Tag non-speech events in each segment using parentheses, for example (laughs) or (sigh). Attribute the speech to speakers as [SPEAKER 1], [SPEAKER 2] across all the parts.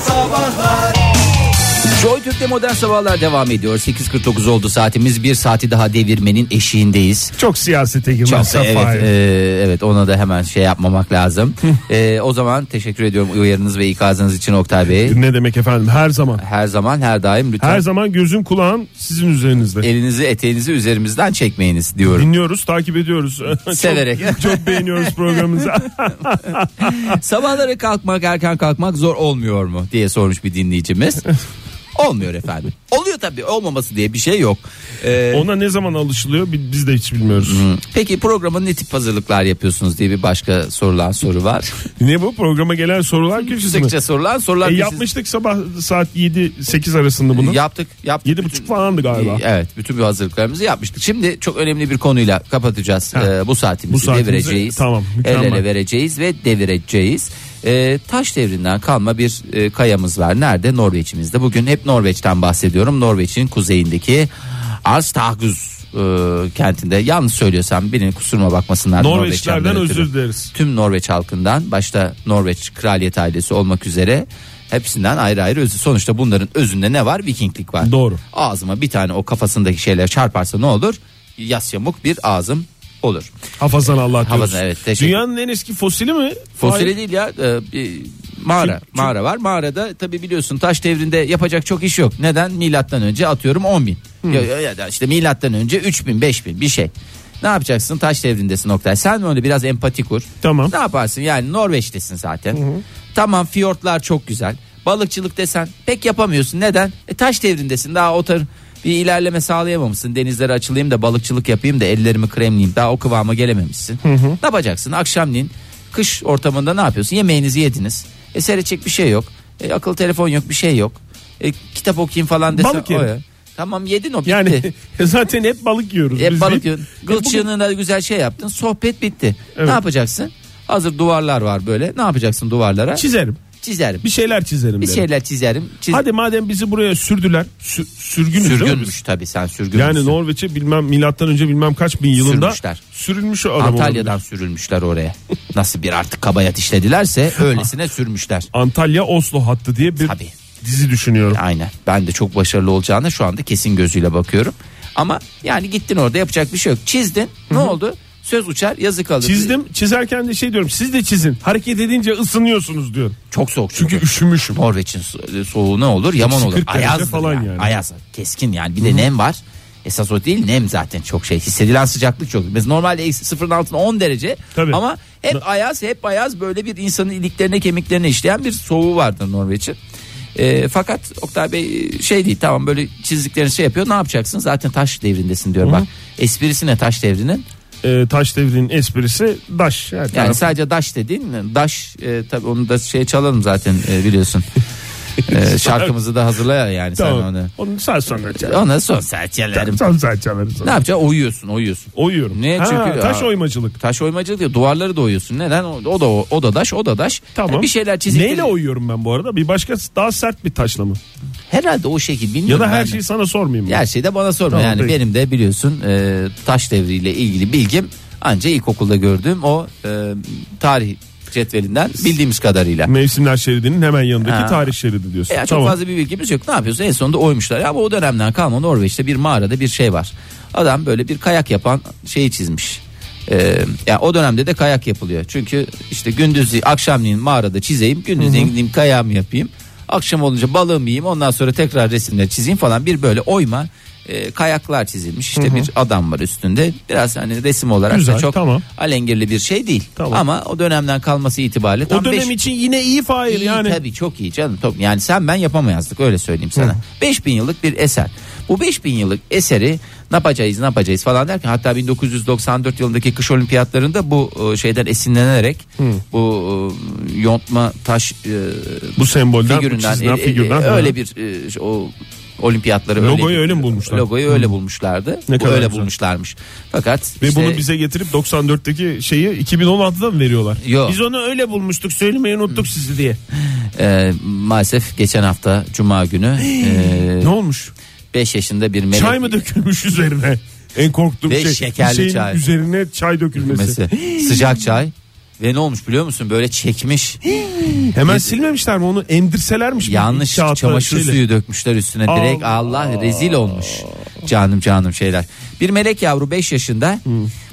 [SPEAKER 1] Sabahlar
[SPEAKER 2] Joy Türk'te modern sabahlar devam ediyor. 8.49 oldu saatimiz. Bir saati daha devirmenin eşiğindeyiz.
[SPEAKER 3] Çok siyasete
[SPEAKER 2] Çok
[SPEAKER 3] girmezsen
[SPEAKER 2] evet,
[SPEAKER 3] Fahir.
[SPEAKER 2] e, evet ona da hemen şey yapmamak lazım. E, o zaman teşekkür ediyorum uyarınız ve ikazınız için Oktay Bey.
[SPEAKER 3] Ne demek efendim her zaman.
[SPEAKER 2] Her zaman her daim lütfen
[SPEAKER 3] Her zaman gözüm kulağım sizin üzerinizde.
[SPEAKER 2] elinizi eteğinizi üzerimizden çekmeyiniz diyorum.
[SPEAKER 3] Dinliyoruz, takip ediyoruz. (laughs) Çok-
[SPEAKER 2] Severek.
[SPEAKER 3] çok
[SPEAKER 2] (laughs)
[SPEAKER 3] beğeniyoruz programımızı.
[SPEAKER 2] Sabahları kalkmak erken kalkmak zor olmuyor mu diye sormuş bir
[SPEAKER 3] (laughs)
[SPEAKER 2] dinleyicimiz. Olmuyor efendim. Oluyor tabii olmaması diye bir şey yok. E,
[SPEAKER 3] Ona ne zaman alışılıyor bi- biz de hiç bilmiyoruz.
[SPEAKER 2] Peki programa ne tip hazırlıklar yapıyorsunuz diye bir başka sorulan soru var.
[SPEAKER 3] Ne bu programa gelen sorular köşesi mi?
[SPEAKER 2] Sıkça sorulan sorular.
[SPEAKER 3] E,
[SPEAKER 2] biz-
[SPEAKER 3] yapmıştık sabah saat 7-8 arasında bunu.
[SPEAKER 2] Yaptık. yaptık. e,
[SPEAKER 3] 7.30 falandı galiba.
[SPEAKER 2] Evet bütün bir hazırlıklarımızı yapmıştık. Şimdi çok önemli bir konuyla kapatacağız e, bu saatimizi,
[SPEAKER 3] Bu saatimizi-
[SPEAKER 2] devireceğiz.
[SPEAKER 3] tamam,
[SPEAKER 2] El
[SPEAKER 3] mükemmel.
[SPEAKER 2] ele vereceğiz ve devireceğiz. E, taş devrinden kalma bir e, kayamız var. Nerede? Norveç'imizde. Bugün hep Norveç'ten bahsediyorum. Norveç'in kuzeyindeki Arstahguz kentinde. Yanlış söylüyorsam birinin kusuruma bakmasınlar.
[SPEAKER 3] Norveçlerden
[SPEAKER 2] Norveç'ten ötürü.
[SPEAKER 3] özür dileriz.
[SPEAKER 2] tüm Norveç halkından başta Norveç kraliyet ailesi olmak üzere hepsinden ayrı ayrı özü. Sonuçta bunların özünde ne var? Vikinglik var.
[SPEAKER 3] Doğru.
[SPEAKER 2] Ağzıma bir tane o kafasındaki şeyler çarparsa ne olur? Yas yamuk bir ağzım olur.
[SPEAKER 3] Hafazan Allah diyoruz.
[SPEAKER 2] Hafazan, evet, teşekkür-
[SPEAKER 3] Dünyanın en eski fosili mi?
[SPEAKER 2] Fosili
[SPEAKER 3] Hayır.
[SPEAKER 2] değil ya e, bir mağara. mağara var. Mağarada tabi biliyorsun taş devrinde yapacak çok iş yok. Neden? Milattan önce atıyorum 10 bin.
[SPEAKER 3] Hmm.
[SPEAKER 2] Ya, ya- ya da işte milattan önce 3 bin 5 bin bir şey. Ne yapacaksın taş devrindesin Oktay. Sen öyle biraz empati kur.
[SPEAKER 3] Tamam.
[SPEAKER 2] Ne yaparsın yani Norveç'tesin zaten. Tamam fiyortlar çok güzel. Balıkçılık desen pek yapamıyorsun. Neden? E, taş devrindesin daha o tar- bir ilerleme sağlayamamışsın. Denizlere açılayım da balıkçılık yapayım da ellerimi kremleyeyim. Daha o kıvama gelememişsin. Ne yapacaksın? Akşamleyin kış ortamında ne yapıyorsun? Yemeğinizi yediniz. E, seyredecek bir şey yok. E, akıllı telefon yok bir şey yok. E, kitap okuyayım falan desen.
[SPEAKER 3] Balık yerim.
[SPEAKER 2] o ya. Tamam yedin o bitti.
[SPEAKER 3] Yani (laughs) zaten hep balık yiyoruz.
[SPEAKER 2] E,
[SPEAKER 3] biz.
[SPEAKER 2] balık
[SPEAKER 3] Bir-
[SPEAKER 2] yiyorsun.
[SPEAKER 3] E, bugün-
[SPEAKER 2] Gılçığınına güzel şey yaptın. Sohbet bitti.
[SPEAKER 3] Evet.
[SPEAKER 2] Ne yapacaksın? Hazır duvarlar var böyle. Ne yapacaksın duvarlara?
[SPEAKER 3] Çizerim.
[SPEAKER 2] çizerim.
[SPEAKER 3] Bir şeyler çizerim.
[SPEAKER 2] Bir
[SPEAKER 3] derim.
[SPEAKER 2] şeyler çizerim. Çiz...
[SPEAKER 3] Hadi madem bizi buraya sürdüler. Sü- sürgünüz değil mi biz?
[SPEAKER 2] sürgünmüş tabii sen sürgünmüşsün.
[SPEAKER 3] Yani Norveç'e bilmem milattan önce bilmem kaç bin yılında
[SPEAKER 2] Sürmüşler.
[SPEAKER 3] sürülmüş o adam.
[SPEAKER 2] Antalya'dan
[SPEAKER 3] olabilir.
[SPEAKER 2] sürülmüşler oraya. Nasıl bir artık kabayat işledilerse öylesine sürmüşler.
[SPEAKER 3] Antalya Oslo hattı diye bir
[SPEAKER 2] Tabii.
[SPEAKER 3] dizi düşünüyorum.
[SPEAKER 2] Aynen. Ben de çok başarılı olacağına şu anda kesin gözüyle bakıyorum. Ama yani gittin orada yapacak bir şey yok. Çizdin. Ne oldu? Söz uçar, yazı kalır.
[SPEAKER 3] Çizdim. Çizerken de şey diyorum. Siz de çizin. Hareket edince ısınıyorsunuz diyorum.
[SPEAKER 2] Çok soğuk
[SPEAKER 3] Çünkü üşümüşüm.
[SPEAKER 2] Norveç'in so- e, soğuğu ne olur? Yaman olur.
[SPEAKER 3] 40 derece
[SPEAKER 2] Ayaz
[SPEAKER 3] falan yani.
[SPEAKER 2] Ayaz. Keskin yani. Bir de nem var. Esas o değil nem zaten çok şey. Hissedilen sıcaklık çok. Biz normalde eksi sıfırın altında 10 derece.
[SPEAKER 3] Tabii.
[SPEAKER 2] Ama hep ayaz hep ayaz böyle bir insanın iliklerine kemiklerine işleyen bir soğuğu vardır Norveç'in. Ee, fakat Oktay Bey şey değil tamam böyle çizdiklerini şey yapıyor ne yapacaksın zaten taş devrindesin diyor bak esprisi ne taş devrinin
[SPEAKER 3] Ee, taş devrinin esprisi daş. Her
[SPEAKER 2] yani
[SPEAKER 3] taraf.
[SPEAKER 2] sadece daş dediğin daş e, tabii onu da şey çalalım zaten e,
[SPEAKER 3] (laughs)
[SPEAKER 2] biliyorsun. E, şarkımızı da hazırla yani sen
[SPEAKER 3] Tamam.
[SPEAKER 2] onu.
[SPEAKER 3] Onu sağ sonra çalarım.
[SPEAKER 2] Ona son saat çalarım.
[SPEAKER 3] Sağ sağ çalarım.
[SPEAKER 2] Ne yapacaksın? Oyuyorsun, oyuyorsun.
[SPEAKER 3] Oyuyorum.
[SPEAKER 2] Ne?
[SPEAKER 3] Ha,
[SPEAKER 2] Çünkü-
[SPEAKER 3] taş
[SPEAKER 2] Aa.
[SPEAKER 3] oymacılık.
[SPEAKER 2] Taş oymacılık diyor. Duvarları da oyuyorsun. Neden? O, o da o, o da daş, o da daş.
[SPEAKER 3] Tamam.
[SPEAKER 2] Yani bir şeyler çizik.
[SPEAKER 3] Neyle oyuyorum ben bu arada? Bir başka daha sert bir taşla mı?
[SPEAKER 2] Herhalde o şekil
[SPEAKER 3] Ya
[SPEAKER 2] bilmiyorum.
[SPEAKER 3] da her
[SPEAKER 2] ben de.
[SPEAKER 3] şeyi sana sormayayım mı?
[SPEAKER 2] Her şeyi de bana sorma.
[SPEAKER 3] Tamam,
[SPEAKER 2] yani
[SPEAKER 3] peki.
[SPEAKER 2] benim de biliyorsun e, taş devriyle ilgili bilgim anca ilkokulda gördüğüm o e, tarih cetvelinden bildiğimiz kadarıyla.
[SPEAKER 3] Mevsimler şeridinin hemen yanındaki
[SPEAKER 2] Ha.
[SPEAKER 3] tarih şeridi diyorsun.
[SPEAKER 2] Ya çok
[SPEAKER 3] tamam.
[SPEAKER 2] fazla bir bilgimiz yok. Ne yapıyorsun? En sonunda oymuşlar. Ya bu o dönemden kalma Norveç'te bir mağarada bir şey var. Adam böyle bir kayak yapan şeyi çizmiş. Ee, ya o dönemde de kayak yapılıyor. Çünkü işte gündüz akşamleyin mağarada çizeyim, gündüzleyin gideyim kayağımı yapayım. Akşam olunca balığımı yiyeyim, ondan sonra tekrar resimleri çizeyim falan bir böyle oyma e, kayaklar çizilmiş. İşte bir adam var üstünde. Biraz hani resim olarak da
[SPEAKER 3] Güzel,
[SPEAKER 2] çok
[SPEAKER 3] tamam.
[SPEAKER 2] alengirli bir şey değil.
[SPEAKER 3] Tamam.
[SPEAKER 2] Ama o dönemden kalması itibariyle tam
[SPEAKER 3] O dönem
[SPEAKER 2] beş-
[SPEAKER 3] için yine iyi Fahir
[SPEAKER 2] İyi
[SPEAKER 3] yani.
[SPEAKER 2] tabii çok iyi canım. Tabii. Yani sen ben yapamazdık öyle söyleyeyim sana. 5000 yıllık bir eser. Bu 5000 yıllık eseri ne yapacağız ne yapacağız falan derken hatta 1994 yılındaki kış olimpiyatlarında bu e, şeyden esinlenerek bu e, yontma taş e,
[SPEAKER 3] Bu sembolden, bu çizilen
[SPEAKER 2] e, e,
[SPEAKER 3] figürden.
[SPEAKER 2] öyle
[SPEAKER 3] Hı.
[SPEAKER 2] bir e, o olimpiyatları
[SPEAKER 3] Logoyu
[SPEAKER 2] bir-
[SPEAKER 3] öyle mi bulmuşlar?
[SPEAKER 2] Logoyu öyle bulmuşlardı.
[SPEAKER 3] Ne
[SPEAKER 2] Bu
[SPEAKER 3] kadar
[SPEAKER 2] öyle
[SPEAKER 3] güzel.
[SPEAKER 2] bulmuşlarmış. Fakat
[SPEAKER 3] Ve
[SPEAKER 2] işte-
[SPEAKER 3] bunu bize getirip 94'teki şeyi 2016'da mı veriyorlar?
[SPEAKER 2] Yok.
[SPEAKER 3] Biz onu öyle bulmuştuk söylemeyi unuttuk sizi diye.
[SPEAKER 2] e, maalesef geçen hafta cuma günü
[SPEAKER 3] Ne olmuş?
[SPEAKER 2] 5 yaşında bir melek
[SPEAKER 3] Çay mı dökülmüş üzerine? En korktuğum
[SPEAKER 2] Ve
[SPEAKER 3] şey
[SPEAKER 2] şekerli
[SPEAKER 3] şeyin
[SPEAKER 2] çay.
[SPEAKER 3] üzerine çay dökülmesi.
[SPEAKER 2] Mesela sıcak çay Ve ne olmuş biliyor musun? Böyle çekmiş.
[SPEAKER 3] Hemen silmemişler mi onu? Emdirselermiş mi?
[SPEAKER 2] Yanlış
[SPEAKER 3] Kağıtla
[SPEAKER 2] çamaşır
[SPEAKER 3] şeyle.
[SPEAKER 2] suyu dökmüşler üstüne direkt Allah, rezil olmuş canım canım şeyler. Bir melek yavru 5 yaşında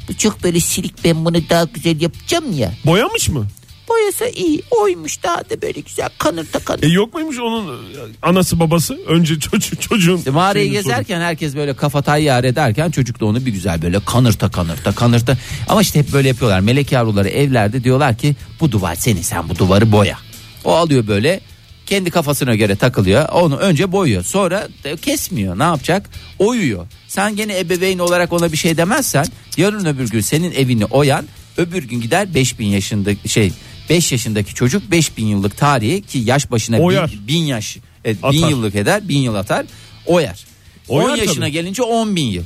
[SPEAKER 1] Bu çok böyle silik ben bunu daha güzel yapacağım ya.
[SPEAKER 3] Boyamış mı?
[SPEAKER 1] Boyası iyi oymuş daha da böyle güzel kanırta kanır.
[SPEAKER 3] E yok muymuş onun e, anası babası? Önce çocuğu, çocuğun.
[SPEAKER 2] işte mağarayı
[SPEAKER 3] şeyini
[SPEAKER 2] gezerken herkes böyle kafa tayyar ederken çocuk da onu bir güzel böyle kanırta kanırta kanırta. Ama işte hep böyle yapıyorlar melek yavruları evlerde diyorlar ki bu duvar senin sen bu duvarı boya. O alıyor böyle kendi kafasına göre takılıyor onu önce boyuyor sonra da kesmiyor ne yapacak oyuyor. Sen gene ebeveyn olarak ona bir şey demezsen yarın öbür gün senin evini oyan öbür gün gider 5000 yaşında şey 5 yaşındaki çocuk 5000 yıllık tarihi ki yaş başına
[SPEAKER 3] Oyar.
[SPEAKER 2] 1000 yaş e, bin
[SPEAKER 3] Atar.
[SPEAKER 2] yıllık eder, bin yıl atar, o yer.
[SPEAKER 3] O
[SPEAKER 2] 10
[SPEAKER 3] yer
[SPEAKER 2] yaşına
[SPEAKER 3] tabii.
[SPEAKER 2] gelince 10 bin yıl.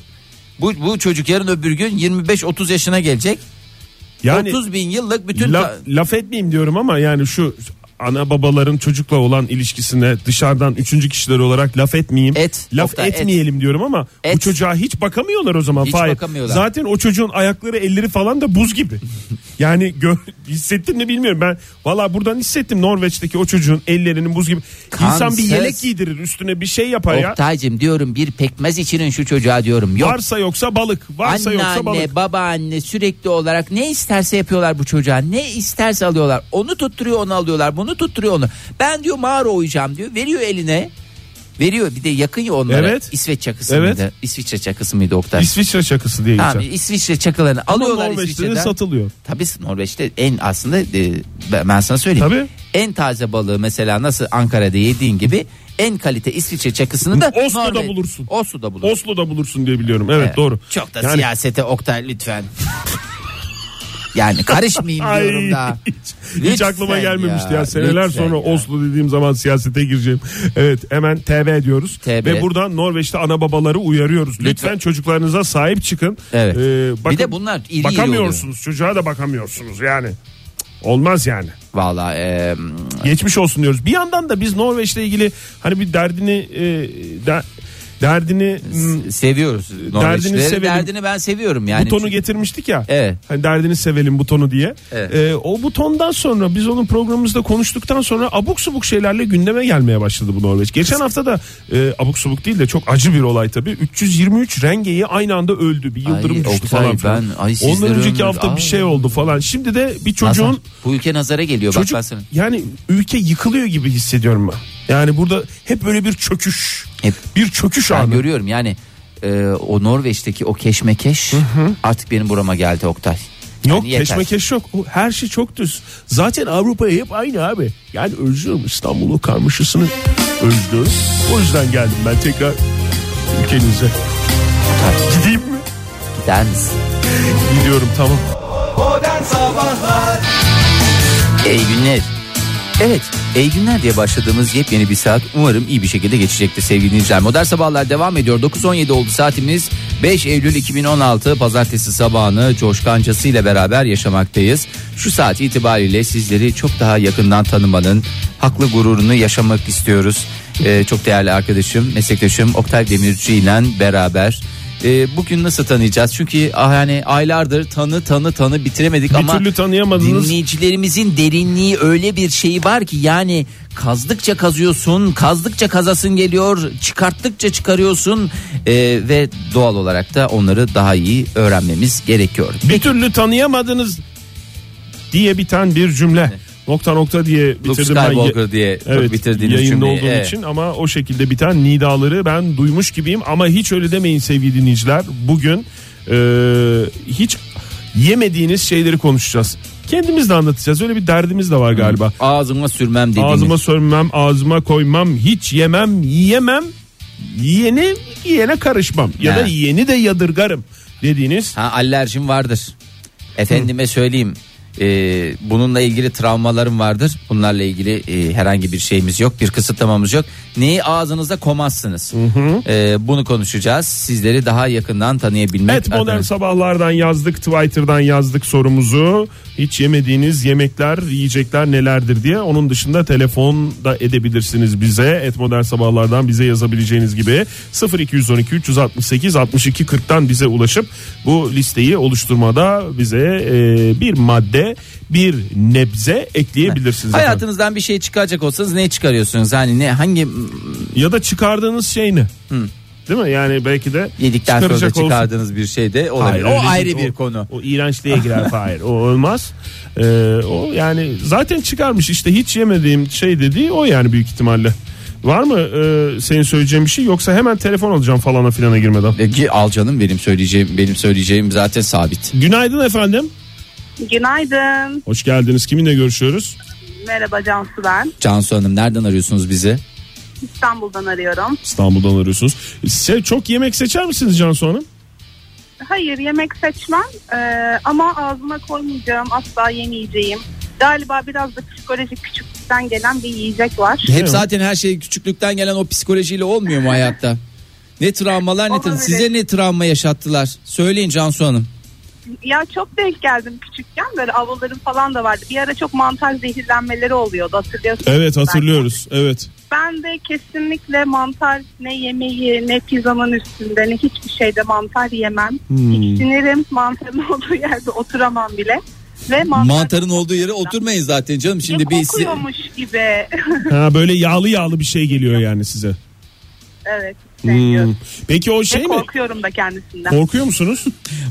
[SPEAKER 2] Bu, bu çocuk yarın öbür gün 25-30 yaşına gelecek.
[SPEAKER 3] Yani
[SPEAKER 2] 30 bin yıllık bütün...
[SPEAKER 3] laf,
[SPEAKER 2] ta-
[SPEAKER 3] laf etmeyeyim diyorum ama yani şu ana babaların çocukla olan ilişkisine dışarıdan üçüncü kişiler olarak laf etmeyeyim.
[SPEAKER 2] Et,
[SPEAKER 3] laf
[SPEAKER 2] Oktay, et.
[SPEAKER 3] etmeyelim diyorum ama bu
[SPEAKER 2] Et.
[SPEAKER 3] çocuğa hiç bakamıyorlar o zaman.
[SPEAKER 2] Hiç
[SPEAKER 3] Fahir.
[SPEAKER 2] bakamıyorlar.
[SPEAKER 3] Zaten o çocuğun ayakları elleri falan da
[SPEAKER 2] (laughs)
[SPEAKER 3] buz gibi. yani gö- hissettim mi bilmiyorum ben. Valla buradan hissettim Norveç'teki o çocuğun ellerinin buz gibi. İnsan bir
[SPEAKER 2] Kansız.
[SPEAKER 3] yelek giydirir üstüne bir şey yapar ya.
[SPEAKER 2] Oktay'cım diyorum bir pekmez içirin şu çocuğa diyorum. Yok
[SPEAKER 3] Varsa yoksa balık. Varsa yoksa balık.
[SPEAKER 2] anneanne babaanne sürekli olarak ne isterse yapıyorlar bu çocuğa ne isterse alıyorlar onu tutturuyor onu alıyorlar bunu tutturuyor onu ben diyor mağara oyacağım diyor veriyor eline veriyor bir de yakın ya onlara
[SPEAKER 3] Evet.
[SPEAKER 2] İsveç çakısı
[SPEAKER 3] Evet.
[SPEAKER 2] mıydı İsviçre çakısı mıydı Oktay
[SPEAKER 3] İsviçre şakası diye
[SPEAKER 2] Tamam,
[SPEAKER 3] geçer.
[SPEAKER 2] İsviçre çakılarını
[SPEAKER 3] Ama
[SPEAKER 2] alıyorlar
[SPEAKER 3] Norveç'te de
[SPEAKER 2] İsviçre'den.
[SPEAKER 3] satılıyor.
[SPEAKER 2] Tabii Norveç'te en aslında e, ben ben sana söyleyeyim.
[SPEAKER 3] Tabii.
[SPEAKER 2] En taze balığı mesela nasıl Ankara'da yediğin gibi en kalite İsviçre çakısını da
[SPEAKER 3] Oslo'da bulursun.
[SPEAKER 2] Oslo'da bulursun.
[SPEAKER 3] Oslo'da bulursun diye biliyorum. Evet,
[SPEAKER 2] Evet.
[SPEAKER 3] doğru.
[SPEAKER 2] Çok da
[SPEAKER 3] Yani-
[SPEAKER 2] siyasete Oktay lütfen. yani
[SPEAKER 3] (laughs)
[SPEAKER 2] karışmayayım diyorum da.
[SPEAKER 3] hiç, hiç
[SPEAKER 2] Lütfen
[SPEAKER 3] aklıma gelmemişti ya.
[SPEAKER 2] ya,
[SPEAKER 3] Seneler
[SPEAKER 2] lütfen
[SPEAKER 3] sonra
[SPEAKER 2] ya.
[SPEAKER 3] Oslo dediğim zaman siyasete gireceğim. Evet hemen TB diyoruz.
[SPEAKER 2] TB.
[SPEAKER 3] Ve buradan Norveç'te ana babaları uyarıyoruz. Lütfen,
[SPEAKER 2] Lütfen.
[SPEAKER 3] çocuklarınıza sahip çıkın.
[SPEAKER 2] Evet.
[SPEAKER 3] Ee,
[SPEAKER 2] Bir de bunlar iri iri
[SPEAKER 3] Bakamıyorsunuz çocuğa da bakamıyorsunuz yani. Cık, Olmaz yani.
[SPEAKER 2] Valla e,
[SPEAKER 3] Geçmiş olsun diyoruz. Bir yandan da biz Norveç'le ilgili hani bir derdini e, de- derdini m,
[SPEAKER 2] seviyoruz Norveçlileri.
[SPEAKER 3] sevelim.
[SPEAKER 2] Derdini ben seviyorum yani.
[SPEAKER 3] butonu
[SPEAKER 2] Hani Çünkü-
[SPEAKER 3] getirmiştik ya.
[SPEAKER 2] Evet.
[SPEAKER 3] Hani derdini sevelim butonu diye.
[SPEAKER 2] Evet.
[SPEAKER 3] Ee, o butondan sonra biz onun programımızda konuştuktan sonra abuk subuk şeylerle gündeme gelmeye başladı bu Norveç. Geçen hafta da e, abuk subuk değil de çok acı bir olay tabii. 323 rengeyi aynı anda öldü. Bir yıldırım
[SPEAKER 2] Ay,
[SPEAKER 3] düştü
[SPEAKER 2] Oktay,
[SPEAKER 3] falan filan.
[SPEAKER 2] ben- ay, sizleri
[SPEAKER 3] Ondan önceki
[SPEAKER 2] ömür-
[SPEAKER 3] hafta
[SPEAKER 2] Ay.
[SPEAKER 3] bir şey oldu falan. Şimdi de bir çocuğun
[SPEAKER 2] Nazar. bu ülke nazara geliyor bak
[SPEAKER 3] çocuk
[SPEAKER 2] ben sana.
[SPEAKER 3] yani ülke yıkılıyor gibi hissediyorum ben. Yani burada hep böyle bir çöküş.
[SPEAKER 2] Hep.
[SPEAKER 3] Bir çöküş
[SPEAKER 2] Ben
[SPEAKER 3] anı.
[SPEAKER 2] görüyorum yani e, o Norveç'teki o keşmekeş artık benim burama geldi Oktay.
[SPEAKER 3] Yok
[SPEAKER 2] Yani yeter.
[SPEAKER 3] keşmekeş yok. O- Her şey çok düz. Zaten Avrupa'ya hep aynı abi. Yani özlüyorum İstanbul'u karmaşasını özlüyorum. O yüzden geldim ben tekrar ülkenize. Gideyim mi?
[SPEAKER 2] Gider misin?
[SPEAKER 3] Gidiyorum tamam.
[SPEAKER 2] Ey günler. Evet, ey günler diye başladığımız yepyeni bir saat umarım iyi bir şekilde geçecektir sevgili dinleyiciler. Modern Sabahlar devam ediyor. 9.17 oldu saatimiz. 5 Eylül 2016 Pazartesi sabahını coşkancası ile beraber yaşamaktayız. Şu saat itibariyle sizleri çok daha yakından tanımanın haklı gururunu yaşamak istiyoruz. Ee, çok değerli arkadaşım, meslektaşım Oktay Demirci ile beraber. Ee, bugün nasıl tanıyacağız? Çünkü ah, yani aylardır tanı tanı tanı bitiremedik
[SPEAKER 3] Bir
[SPEAKER 2] ama
[SPEAKER 3] türlü tanıyamadınız.
[SPEAKER 2] dinleyicilerimizin derinliği öyle bir şeyi var ki yani kazdıkça kazıyorsun, kazdıkça kazasın geliyor, çıkarttıkça çıkarıyorsun Ee, ve doğal olarak da onları daha iyi öğrenmemiz gerekiyor.
[SPEAKER 3] Bir türlü tanıyamadınız diye biten bir cümle. Nokta nokta diye
[SPEAKER 2] Luke
[SPEAKER 3] bitirdim ben.
[SPEAKER 2] Skywalker diye çok
[SPEAKER 3] Evet,
[SPEAKER 2] bitirdiğiniz
[SPEAKER 3] yayında
[SPEAKER 2] cümleyi.
[SPEAKER 3] olduğum
[SPEAKER 2] Evet.
[SPEAKER 3] için ama o şekilde biten nidaları ben duymuş gibiyim ama hiç öyle demeyin sevgili dinleyiciler. Bugün e, hiç yemediğiniz şeyleri konuşacağız. Kendimiz de anlatacağız. Öyle bir derdimiz de var galiba.
[SPEAKER 2] Ağzıma sürmem dediğimiz.
[SPEAKER 3] Ağzıma sürmem, ağzıma koymam, hiç yemem, yiyemem. Yiyeni yiyene karışmam ya
[SPEAKER 2] Ha.
[SPEAKER 3] da yiyeni de yadırgarım dediğiniz
[SPEAKER 2] Ha alerjim vardır. Efendime söyleyeyim. e, bununla ilgili travmalarım vardır. Bunlarla ilgili e, herhangi bir şeyimiz yok, bir kısıtlamamız yok. Neyi ağzınıza komazsınız. E, bunu konuşacağız. Sizleri daha yakından tanıyabilmek
[SPEAKER 3] Evet modern
[SPEAKER 2] adına.
[SPEAKER 3] sabahlardan yazdık Twitter'dan yazdık sorumuzu hiç yemediğiniz yemekler yiyecekler nelerdir diye onun dışında telefonda edebilirsiniz bize et modern sabahlardan bize yazabileceğiniz gibi 0212 368 62 40'tan bize ulaşıp bu listeyi oluşturmada bize e, bir madde de bir nebze ekleyebilirsiniz. efendim.
[SPEAKER 2] Hayatınızdan bir şey çıkaracak olsanız ne çıkarıyorsunuz? Hani ne hangi m,
[SPEAKER 3] Ya da çıkardığınız şey ne? Değil mi? Yani belki de
[SPEAKER 2] yedikten sonra
[SPEAKER 3] çıkaracak olsun.
[SPEAKER 2] çıkardığınız bir şey de olabilir.
[SPEAKER 3] Hayır, öyle
[SPEAKER 2] o ayrı
[SPEAKER 3] değil.
[SPEAKER 2] bir
[SPEAKER 3] O-
[SPEAKER 2] konu.
[SPEAKER 3] O iğrençliğe
[SPEAKER 2] (laughs)
[SPEAKER 3] girer hayır. O olmaz. Ee, o yani zaten çıkarmış işte hiç yemediğim şey dediği o yani büyük ihtimalle. Var mı e, senin söyleyeceğin bir şey yoksa hemen telefon alacağım falana filana girmeden.
[SPEAKER 2] Peki al canım benim söyleyeceğim benim söyleyeceğim zaten sabit.
[SPEAKER 3] Günaydın efendim.
[SPEAKER 4] Günaydın.
[SPEAKER 3] Hoş geldiniz. Kiminle görüşüyoruz?
[SPEAKER 4] Merhaba Cansu ben.
[SPEAKER 2] Cansu Hanım nereden arıyorsunuz bizi?
[SPEAKER 4] İstanbul'dan arıyorum.
[SPEAKER 3] İstanbul'dan arıyorsunuz. Se- çok yemek seçer misiniz Cansu Hanım?
[SPEAKER 4] Hayır yemek seçmem eee, ama ağzıma koymayacağım asla yemeyeceğim. Galiba biraz da psikolojik küçüklükten gelen bir yiyecek var.
[SPEAKER 2] Hep
[SPEAKER 3] mi?
[SPEAKER 2] zaten her şey küçüklükten gelen o psikolojide olmuyor mu hayatta? Ne travmalar ne travma.
[SPEAKER 4] Olabilir.
[SPEAKER 2] Size ne travma yaşattılar? Söyleyin Cansu Hanım.
[SPEAKER 4] Ya çok denk geldim küçükken böyle avlularım falan da vardı. Bir ara çok mantar zehirlenmeleri oluyordu hatırlıyorsunuz. Ben-
[SPEAKER 3] Evet.
[SPEAKER 4] Ben, de kesinlikle mantar ne yemeği ne pizzanın üstünde ne hiçbir şeyde mantar yemem. Sinirim mantarın (laughs) olduğu yerde oturamam bile. Ve mantar
[SPEAKER 2] Mantarın olduğu yere oturmayın zaten canım. Şimdi
[SPEAKER 4] Ya
[SPEAKER 2] bir
[SPEAKER 4] kokuyormuş gibi. (laughs)
[SPEAKER 3] Ha böyle yağlı yağlı bir şey geliyor yani size.
[SPEAKER 4] evet.
[SPEAKER 3] Hmm.
[SPEAKER 4] sevmiyorum.
[SPEAKER 3] Peki o şey
[SPEAKER 4] Ve
[SPEAKER 3] mi?
[SPEAKER 4] korkuyorum da kendisinden.
[SPEAKER 3] Korkuyor musunuz?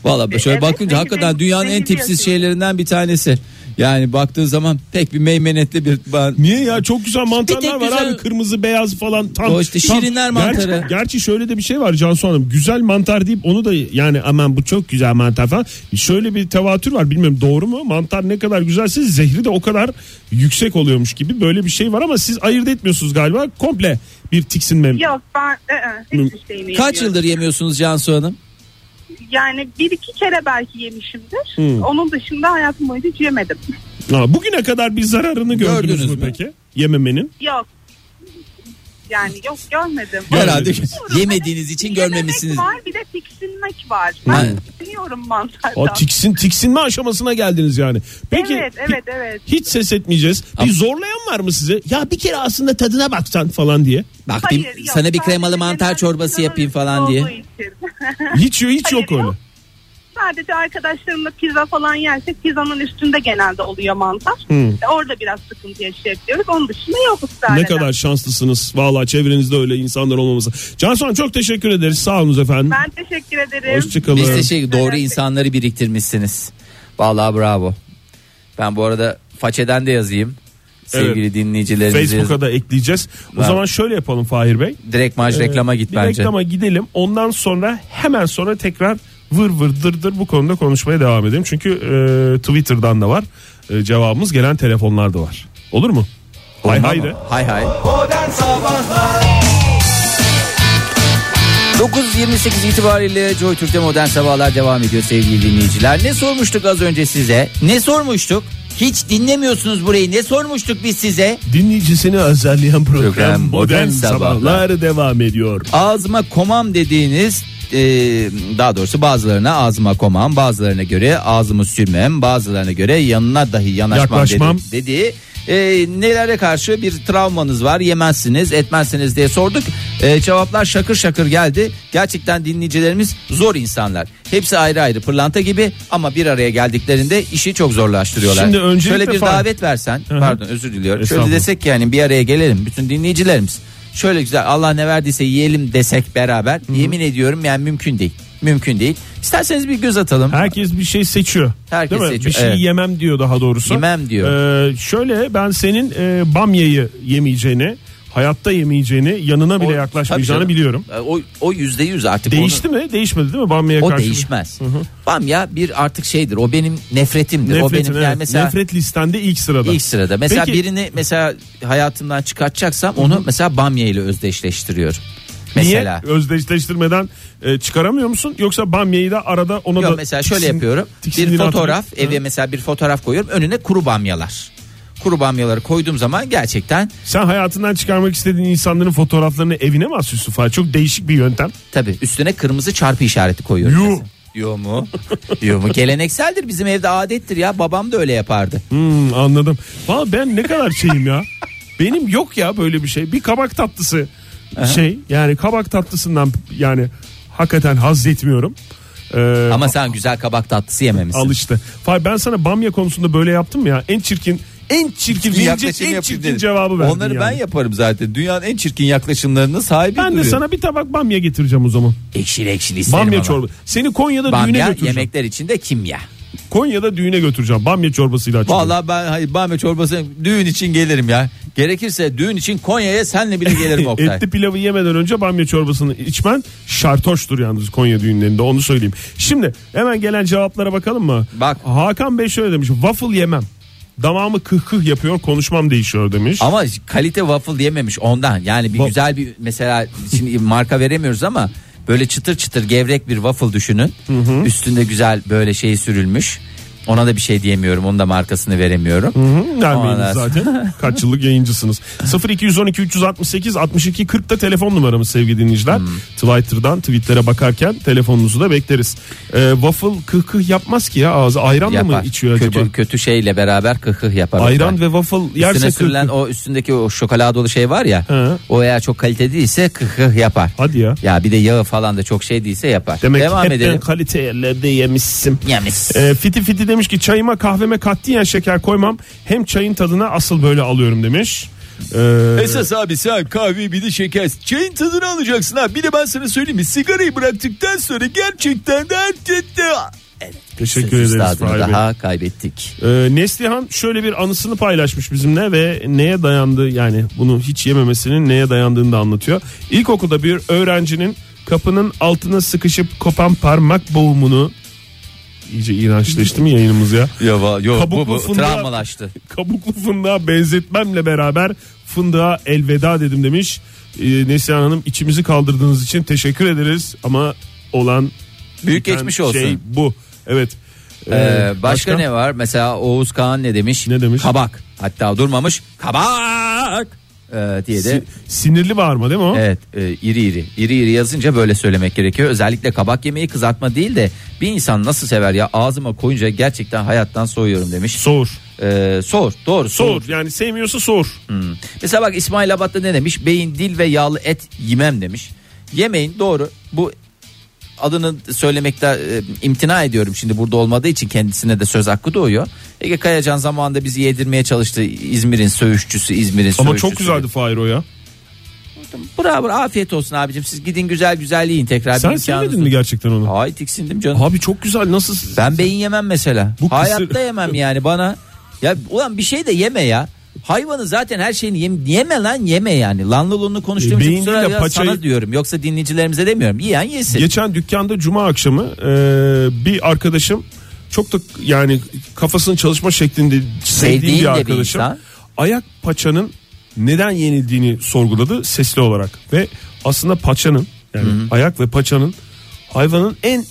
[SPEAKER 2] Valla şöyle
[SPEAKER 4] Evet,
[SPEAKER 2] bakınca
[SPEAKER 4] belli-
[SPEAKER 2] hakikaten
[SPEAKER 4] belli-
[SPEAKER 2] dünyanın en
[SPEAKER 4] belli
[SPEAKER 2] tipsiz
[SPEAKER 4] diyorsun.
[SPEAKER 2] şeylerinden bir tanesi. Yani baktığın zaman pek bir meymenetli bir ben
[SPEAKER 3] Niye ya çok güzel
[SPEAKER 2] Bir tek
[SPEAKER 3] mantarlar var
[SPEAKER 2] güzel-
[SPEAKER 3] abi kırmızı beyaz falan tam.
[SPEAKER 2] O işte
[SPEAKER 3] tam-
[SPEAKER 2] şirinler
[SPEAKER 3] Gerçi-
[SPEAKER 2] mantarı.
[SPEAKER 3] Gerçi, şöyle de bir şey var Cansu Hanım güzel mantar deyip onu da yani aman bu çok güzel mantar falan. Şöyle bir tevatür var bilmiyorum doğru mu mantar ne kadar güzelse zehri de o kadar yüksek oluyormuş gibi böyle bir şey var ama siz ayırt etmiyorsunuz gaba komple bir tiksinme.
[SPEAKER 4] Yok ben ı-ı, hiçbir şeyini
[SPEAKER 2] Hmm. Kaç
[SPEAKER 4] yemiyorum.
[SPEAKER 2] yıldır yemiyorsunuz Cansu Hanım?
[SPEAKER 4] Yani bir iki kere belki yemişimdir.
[SPEAKER 2] Hmm.
[SPEAKER 4] Onun dışında hayatım boyunca hiç yemedim. (laughs)
[SPEAKER 3] Ha, bugüne kadar bir zararını gördünüz,
[SPEAKER 2] Gördünüz
[SPEAKER 3] mü
[SPEAKER 2] mü?
[SPEAKER 3] peki yememenin?
[SPEAKER 4] Yok. Yani yok görmedim.
[SPEAKER 2] Herhalde
[SPEAKER 3] Görmediniz.
[SPEAKER 2] yemediğiniz için
[SPEAKER 4] Yememek
[SPEAKER 2] görmemişsiniz.
[SPEAKER 4] var bir de tiksinmek var.
[SPEAKER 2] Ha.
[SPEAKER 4] Ben tiksiniyorum mantardan.
[SPEAKER 3] O tiksin tiksinme aşamasına geldiniz yani. Peki
[SPEAKER 4] evet evet evet.
[SPEAKER 3] hiç ses etmeyeceğiz. Bir zorlayan var mı size? Ya bir kere aslında tadına baksan falan
[SPEAKER 4] (laughs)
[SPEAKER 3] diye.
[SPEAKER 2] Bak
[SPEAKER 4] Hayır,
[SPEAKER 2] bir-
[SPEAKER 4] yok.
[SPEAKER 2] sana bir
[SPEAKER 4] Sadece
[SPEAKER 2] kremalı mantar
[SPEAKER 4] genel
[SPEAKER 2] çorbası
[SPEAKER 4] pizzanın
[SPEAKER 2] yapayım falan
[SPEAKER 4] olduğu
[SPEAKER 2] diye.
[SPEAKER 4] için. (laughs)
[SPEAKER 3] Hiç hiç yok
[SPEAKER 4] Hayır,
[SPEAKER 3] öyle.
[SPEAKER 4] yok. Sadece arkadaşlarımla pizza falan yersek pizzanın üstünde genelde oluyor mantar. E, Orada biraz sıkıntı yaşayabiliyoruz. Onun dışında yok ısrarla.
[SPEAKER 3] Ne kadar şanslısınız. Vallahi çevrenizde öyle insanlar olmaması. Cansuhan çok teşekkür ederiz. Sağ olunuz efendim.
[SPEAKER 4] Ben teşekkür ederim.
[SPEAKER 3] Hoşçakalın.
[SPEAKER 2] Biz de şey doğru
[SPEAKER 4] Evet.
[SPEAKER 2] insanları biriktirmişsiniz. Vallahi bravo. Ben bu arada façeden de yazayım. Sevgili dinleyicilerimize
[SPEAKER 3] Facebook'a da ekleyeceğiz. O
[SPEAKER 2] Var.
[SPEAKER 3] zaman şöyle yapalım Fahir Bey.
[SPEAKER 2] yaz- direkt maç reklama git
[SPEAKER 3] Bir
[SPEAKER 2] bence.
[SPEAKER 3] reklama gidelim. Ondan sonra hemen sonra tekrar vır vır dır dır bu konuda konuşmaya devam edelim. Çünkü e, Twitter'dan da var. E, cevabımız gelen telefonlar da var. Olur mu? Hay
[SPEAKER 2] Olmaz
[SPEAKER 3] hay
[SPEAKER 2] mı?
[SPEAKER 3] de.
[SPEAKER 2] Hay hay. 9.28 itibariyle Joy Türk'te modern sabahlar devam ediyor sevgili dinleyiciler. Ne sormuştuk az önce size? Ne sormuştuk? Hiç dinlemiyorsunuz burayı. Ne sormuştuk biz size?
[SPEAKER 3] Dinleyicisini azarlayan program,
[SPEAKER 2] Program
[SPEAKER 3] Modern,
[SPEAKER 2] Modern
[SPEAKER 3] Sabahlar. devam ediyor.
[SPEAKER 2] Ağzıma komam dediğiniz e, daha doğrusu bazılarına ağzıma komam bazılarına göre ağzımı sürmem bazılarına göre yanına dahi yanaşmam
[SPEAKER 3] Yaklaşmam.
[SPEAKER 2] dedi- dediği e, nelere karşı bir travmanız var yemezsiniz etmezsiniz diye sorduk E, cevaplar şakır şakır geldi gerçekten dinleyicilerimiz zor insanlar hepsi ayrı ayrı pırlanta gibi ama bir araya geldiklerinde işi çok zorlaştırıyorlar.
[SPEAKER 3] Şimdi öncelikle
[SPEAKER 2] Şöyle bir
[SPEAKER 3] Fahir-
[SPEAKER 2] davet versen
[SPEAKER 3] hı.
[SPEAKER 2] pardon özür diliyorum şöyle
[SPEAKER 3] Estağfurullah.
[SPEAKER 2] desek desek ki yani bir araya gelelim bütün dinleyicilerimiz. Şöyle güzel Allah ne verdiyse yiyelim desek beraber yemin ediyorum yani mümkün değil. Mümkün değil. İsterseniz bir göz atalım.
[SPEAKER 3] Herkes bir şey seçiyor.
[SPEAKER 2] Herkes
[SPEAKER 3] değil mi?
[SPEAKER 2] seçiyor,
[SPEAKER 3] Bir şey
[SPEAKER 2] evet.
[SPEAKER 3] yemem diyor daha doğrusu.
[SPEAKER 2] Yemem diyor.
[SPEAKER 3] Ee, şöyle ben senin e, bamyayı yemeyeceğini, hayatta yemeyeceğini, yanına bile
[SPEAKER 2] O-
[SPEAKER 3] yaklaşmayacağını
[SPEAKER 2] tabii canım.
[SPEAKER 3] biliyorum.
[SPEAKER 2] E, O o yüzde yüz artık.
[SPEAKER 3] Değişti mi? Değişmedi değil mi bamyaya
[SPEAKER 2] Onu, o
[SPEAKER 3] karşı?
[SPEAKER 2] değişmez. Bamya bir artık şeydir. O benim nefretimdir. o
[SPEAKER 3] Nefretin,
[SPEAKER 2] benim yani
[SPEAKER 3] evet.
[SPEAKER 2] mesela
[SPEAKER 3] Nefret listende ilk sırada.
[SPEAKER 2] ilk sırada. Mesela
[SPEAKER 3] Peki-
[SPEAKER 2] birini mesela hayatımdan çıkartacaksam onu mesela bamya ile özdeşleştiriyorum. Mesela.
[SPEAKER 3] Niye? Özdeşleştirmeden e, çıkaramıyor musun? Yoksa bamyayı da arada ona da...
[SPEAKER 2] Yok mesela şöyle
[SPEAKER 3] tiksin-
[SPEAKER 2] yapıyorum. Bir
[SPEAKER 3] tiksindiğini
[SPEAKER 2] fotoğraf
[SPEAKER 3] hatırlıyor.
[SPEAKER 2] eve mesela bir fotoğraf koyuyorum. Önüne kuru bamyalar. Kuru bamyaları koyduğum zaman gerçekten
[SPEAKER 3] Sen hayatından çıkarmak istediğin insanların fotoğraflarını evine mi asıyorsun falan? Çok değişik bir yöntem.
[SPEAKER 2] tabi üstüne kırmızı çarpı işareti koyuyorum.
[SPEAKER 3] Yuh.
[SPEAKER 2] mesela. Yo mu? Yo mu? Gelenekseldir bizim evde adettir ya. Babam da öyle yapardı.
[SPEAKER 3] Hmm, anladım. Valla ben ne kadar
[SPEAKER 2] (laughs)
[SPEAKER 3] şeyim ya. Benim yok ya böyle bir şey. Bir kabak tatlısı şey yani kabak tatlısından yani hakikaten haz etmiyorum. Ee,
[SPEAKER 2] Ama sen güzel kabak tatlısı yememişsin.
[SPEAKER 3] Al işte. Fay ben sana bamya konusunda böyle yaptım ya. En çirkin en çirkin
[SPEAKER 2] Bir
[SPEAKER 3] verilecek
[SPEAKER 2] yaklaşım
[SPEAKER 3] en
[SPEAKER 2] yapayım
[SPEAKER 3] çirkin
[SPEAKER 2] dedim.
[SPEAKER 3] cevabı verdim.
[SPEAKER 2] Onları ben
[SPEAKER 3] yani.
[SPEAKER 2] yaparım zaten. Dünyanın en çirkin yaklaşımlarının sahibi
[SPEAKER 3] Ben de
[SPEAKER 2] duruyor.
[SPEAKER 3] sana bir tabak bamya getireceğim o zaman.
[SPEAKER 2] ekşili ekşili isterim
[SPEAKER 3] Bamya
[SPEAKER 2] ama.
[SPEAKER 3] çorba. Seni Konya'da düğüne
[SPEAKER 2] Bamya
[SPEAKER 3] götüreceğim.
[SPEAKER 2] yemekler içinde kimya.
[SPEAKER 3] Konya'da düğüne götüreceğim. Bamya çorbasıyla açıyorum.
[SPEAKER 2] Vallahi ben hayır bamya çorbası düğün için gelirim ya. Gerekirse düğün için Konya'ya senle bile
[SPEAKER 3] (laughs)
[SPEAKER 2] gelirim Oktay.
[SPEAKER 3] Etli pilavı yemeden önce bamya çorbasını içmen şartoştur yalnız Konya düğünlerinde onu söyleyeyim. Şimdi hemen gelen cevaplara bakalım mı?
[SPEAKER 2] Bak.
[SPEAKER 3] Hakan Bey şöyle demiş. Waffle yemem. Damağımı kıh kıh yapıyor konuşmam değişiyor demiş.
[SPEAKER 2] Ama kalite waffle yememiş ondan. Yani bir
[SPEAKER 3] Wa-
[SPEAKER 2] güzel bir mesela şimdi marka veremiyoruz ama böyle çıtır çıtır gevrek bir waffle düşünün. Üstünde güzel böyle şey sürülmüş. Ona da bir şey diyemiyorum. Onun da markasını veremiyorum.
[SPEAKER 3] Hmm, Vermeyiniz
[SPEAKER 2] Anas. (laughs)
[SPEAKER 3] zaten. Kaç yıllık yayıncısınız. 0212 368 62 40 da telefon numaramız sevgili dinleyiciler.
[SPEAKER 2] Hmm.
[SPEAKER 3] Twitter'dan tweetlere bakarken telefonunuzu da bekleriz. Ee, waffle kıh kıh yapmaz ki ya ağzı. Ayranla mı içiyor
[SPEAKER 2] kötü,
[SPEAKER 3] acaba?
[SPEAKER 2] kötü şeyle beraber kıkıh yapar.
[SPEAKER 3] Ayran
[SPEAKER 2] Oktay.
[SPEAKER 3] ve waffle yerse
[SPEAKER 2] Üstüne
[SPEAKER 3] kıh
[SPEAKER 2] sürülen
[SPEAKER 3] kıh.
[SPEAKER 2] o üstündeki o şokoladolu şey var ya.
[SPEAKER 3] Hı.
[SPEAKER 2] O eğer çok kaliteli değilse kıkıh yapar.
[SPEAKER 3] Hadi ya.
[SPEAKER 2] Ya bir de yağı falan da çok şey değilse yapar.
[SPEAKER 3] Demek
[SPEAKER 2] Devam
[SPEAKER 3] ki hep
[SPEAKER 2] edelim.
[SPEAKER 3] de kalite yerlerde yemişsin.
[SPEAKER 2] Yemiş.
[SPEAKER 3] Ee, fiti Fiti demiş ki çayıma kahveme katiyen şeker koymam. Hem çayın tadına asıl böyle alıyorum demiş. Ee,
[SPEAKER 2] Esas abi sen kahve bir de şeker. Çayın tadını alacaksın ha. Bir de ben sana söyleyeyim mi? Sigarayı bıraktıktan sonra gerçekten de Evet.
[SPEAKER 3] Teşekkür
[SPEAKER 2] Söz
[SPEAKER 3] ederiz
[SPEAKER 2] üstadını
[SPEAKER 3] Fahir Bey.
[SPEAKER 2] Daha kaybettik.
[SPEAKER 3] Ee, Neslihan şöyle bir anısını paylaşmış bizimle ve neye dayandığı yani bunu hiç yememesinin neye dayandığını da anlatıyor. İlkokulda bir öğrencinin kapının altına sıkışıp kopan parmak boğumunu iyice iğrençleşti mi yayınımız ya? (laughs)
[SPEAKER 2] Ya, yok bu,
[SPEAKER 3] Kabuklu
[SPEAKER 2] bu
[SPEAKER 3] fındığa-
[SPEAKER 2] travmalaştı.
[SPEAKER 3] Kabuklu fındığa benzetmemle beraber fındığa elveda dedim demiş. Ee, Neslihan Hanım içimizi kaldırdığınız için teşekkür ederiz ama olan
[SPEAKER 2] Büyük
[SPEAKER 3] biten
[SPEAKER 2] geçmiş olsun.
[SPEAKER 3] Şey bu. Evet. Ee,
[SPEAKER 2] Ee, başka, ne var? Mesela Oğuz Kağan ne demiş?
[SPEAKER 3] Ne demiş?
[SPEAKER 2] Kabak. Hatta durmamış. Kabak ee, diye de
[SPEAKER 3] Si- sinirli bağırma değil mi o?
[SPEAKER 2] Evet e, iri iri iri iri yazınca böyle söylemek gerekiyor. Özellikle kabak yemeği kızartma değil de bir insan nasıl sever ya ağzıma koyunca gerçekten hayattan soğuyorum demiş.
[SPEAKER 3] Soğur.
[SPEAKER 2] Ee, soğur doğru soğur.
[SPEAKER 3] Soğur yani sevmiyorsa soğur.
[SPEAKER 2] Hmm. Mesela bak İsmail Abad'da ne demiş? Beyin, dil ve yağlı et yemem demiş. Yemeyin doğru. Bu adını söylemekte e, imtina ediyorum şimdi burada olmadığı için kendisine de söz hakkı doğuyor. Ege Kayacan zamanında bizi yedirmeye çalıştı İzmir'in söğüşçüsü İzmir'in
[SPEAKER 3] Ama
[SPEAKER 2] söğüşçüsü.
[SPEAKER 3] çok güzeldi Fahir o ya.
[SPEAKER 2] Bravo afiyet olsun abicim siz gidin güzel güzel yiyin tekrar. bir
[SPEAKER 3] Sen
[SPEAKER 2] imkanınız
[SPEAKER 3] sevmedin
[SPEAKER 2] olsun.
[SPEAKER 3] mi gerçekten onu?
[SPEAKER 2] Ay tiksindim canım.
[SPEAKER 3] Abi çok güzel nasıl?
[SPEAKER 2] Ben beyin yemem mesela.
[SPEAKER 3] Bu kısır-
[SPEAKER 2] Hayatta yemem yani bana. Ya ulan bir şey de yeme ya. Hayvanı zaten her şeyini yem, yeme lan yeme yani. Lanlılığını konuştuğum
[SPEAKER 3] E, beyin
[SPEAKER 2] için kusura
[SPEAKER 3] değil de
[SPEAKER 2] ya
[SPEAKER 3] paçayı-
[SPEAKER 2] sana diyorum. Yoksa dinleyicilerimize demiyorum. Yiyen yesin.
[SPEAKER 3] Geçen dükkanda cuma akşamı e, bir arkadaşım çok da yani kafasının çalışma şeklinde sevdiğim
[SPEAKER 2] Sevdiğin de
[SPEAKER 3] bir
[SPEAKER 2] bir
[SPEAKER 3] arkadaşım.
[SPEAKER 2] insan.
[SPEAKER 3] ayak paçanın neden yenildiğini sorguladı sesli olarak ve aslında paçanın yani ayak ve paçanın hayvanın en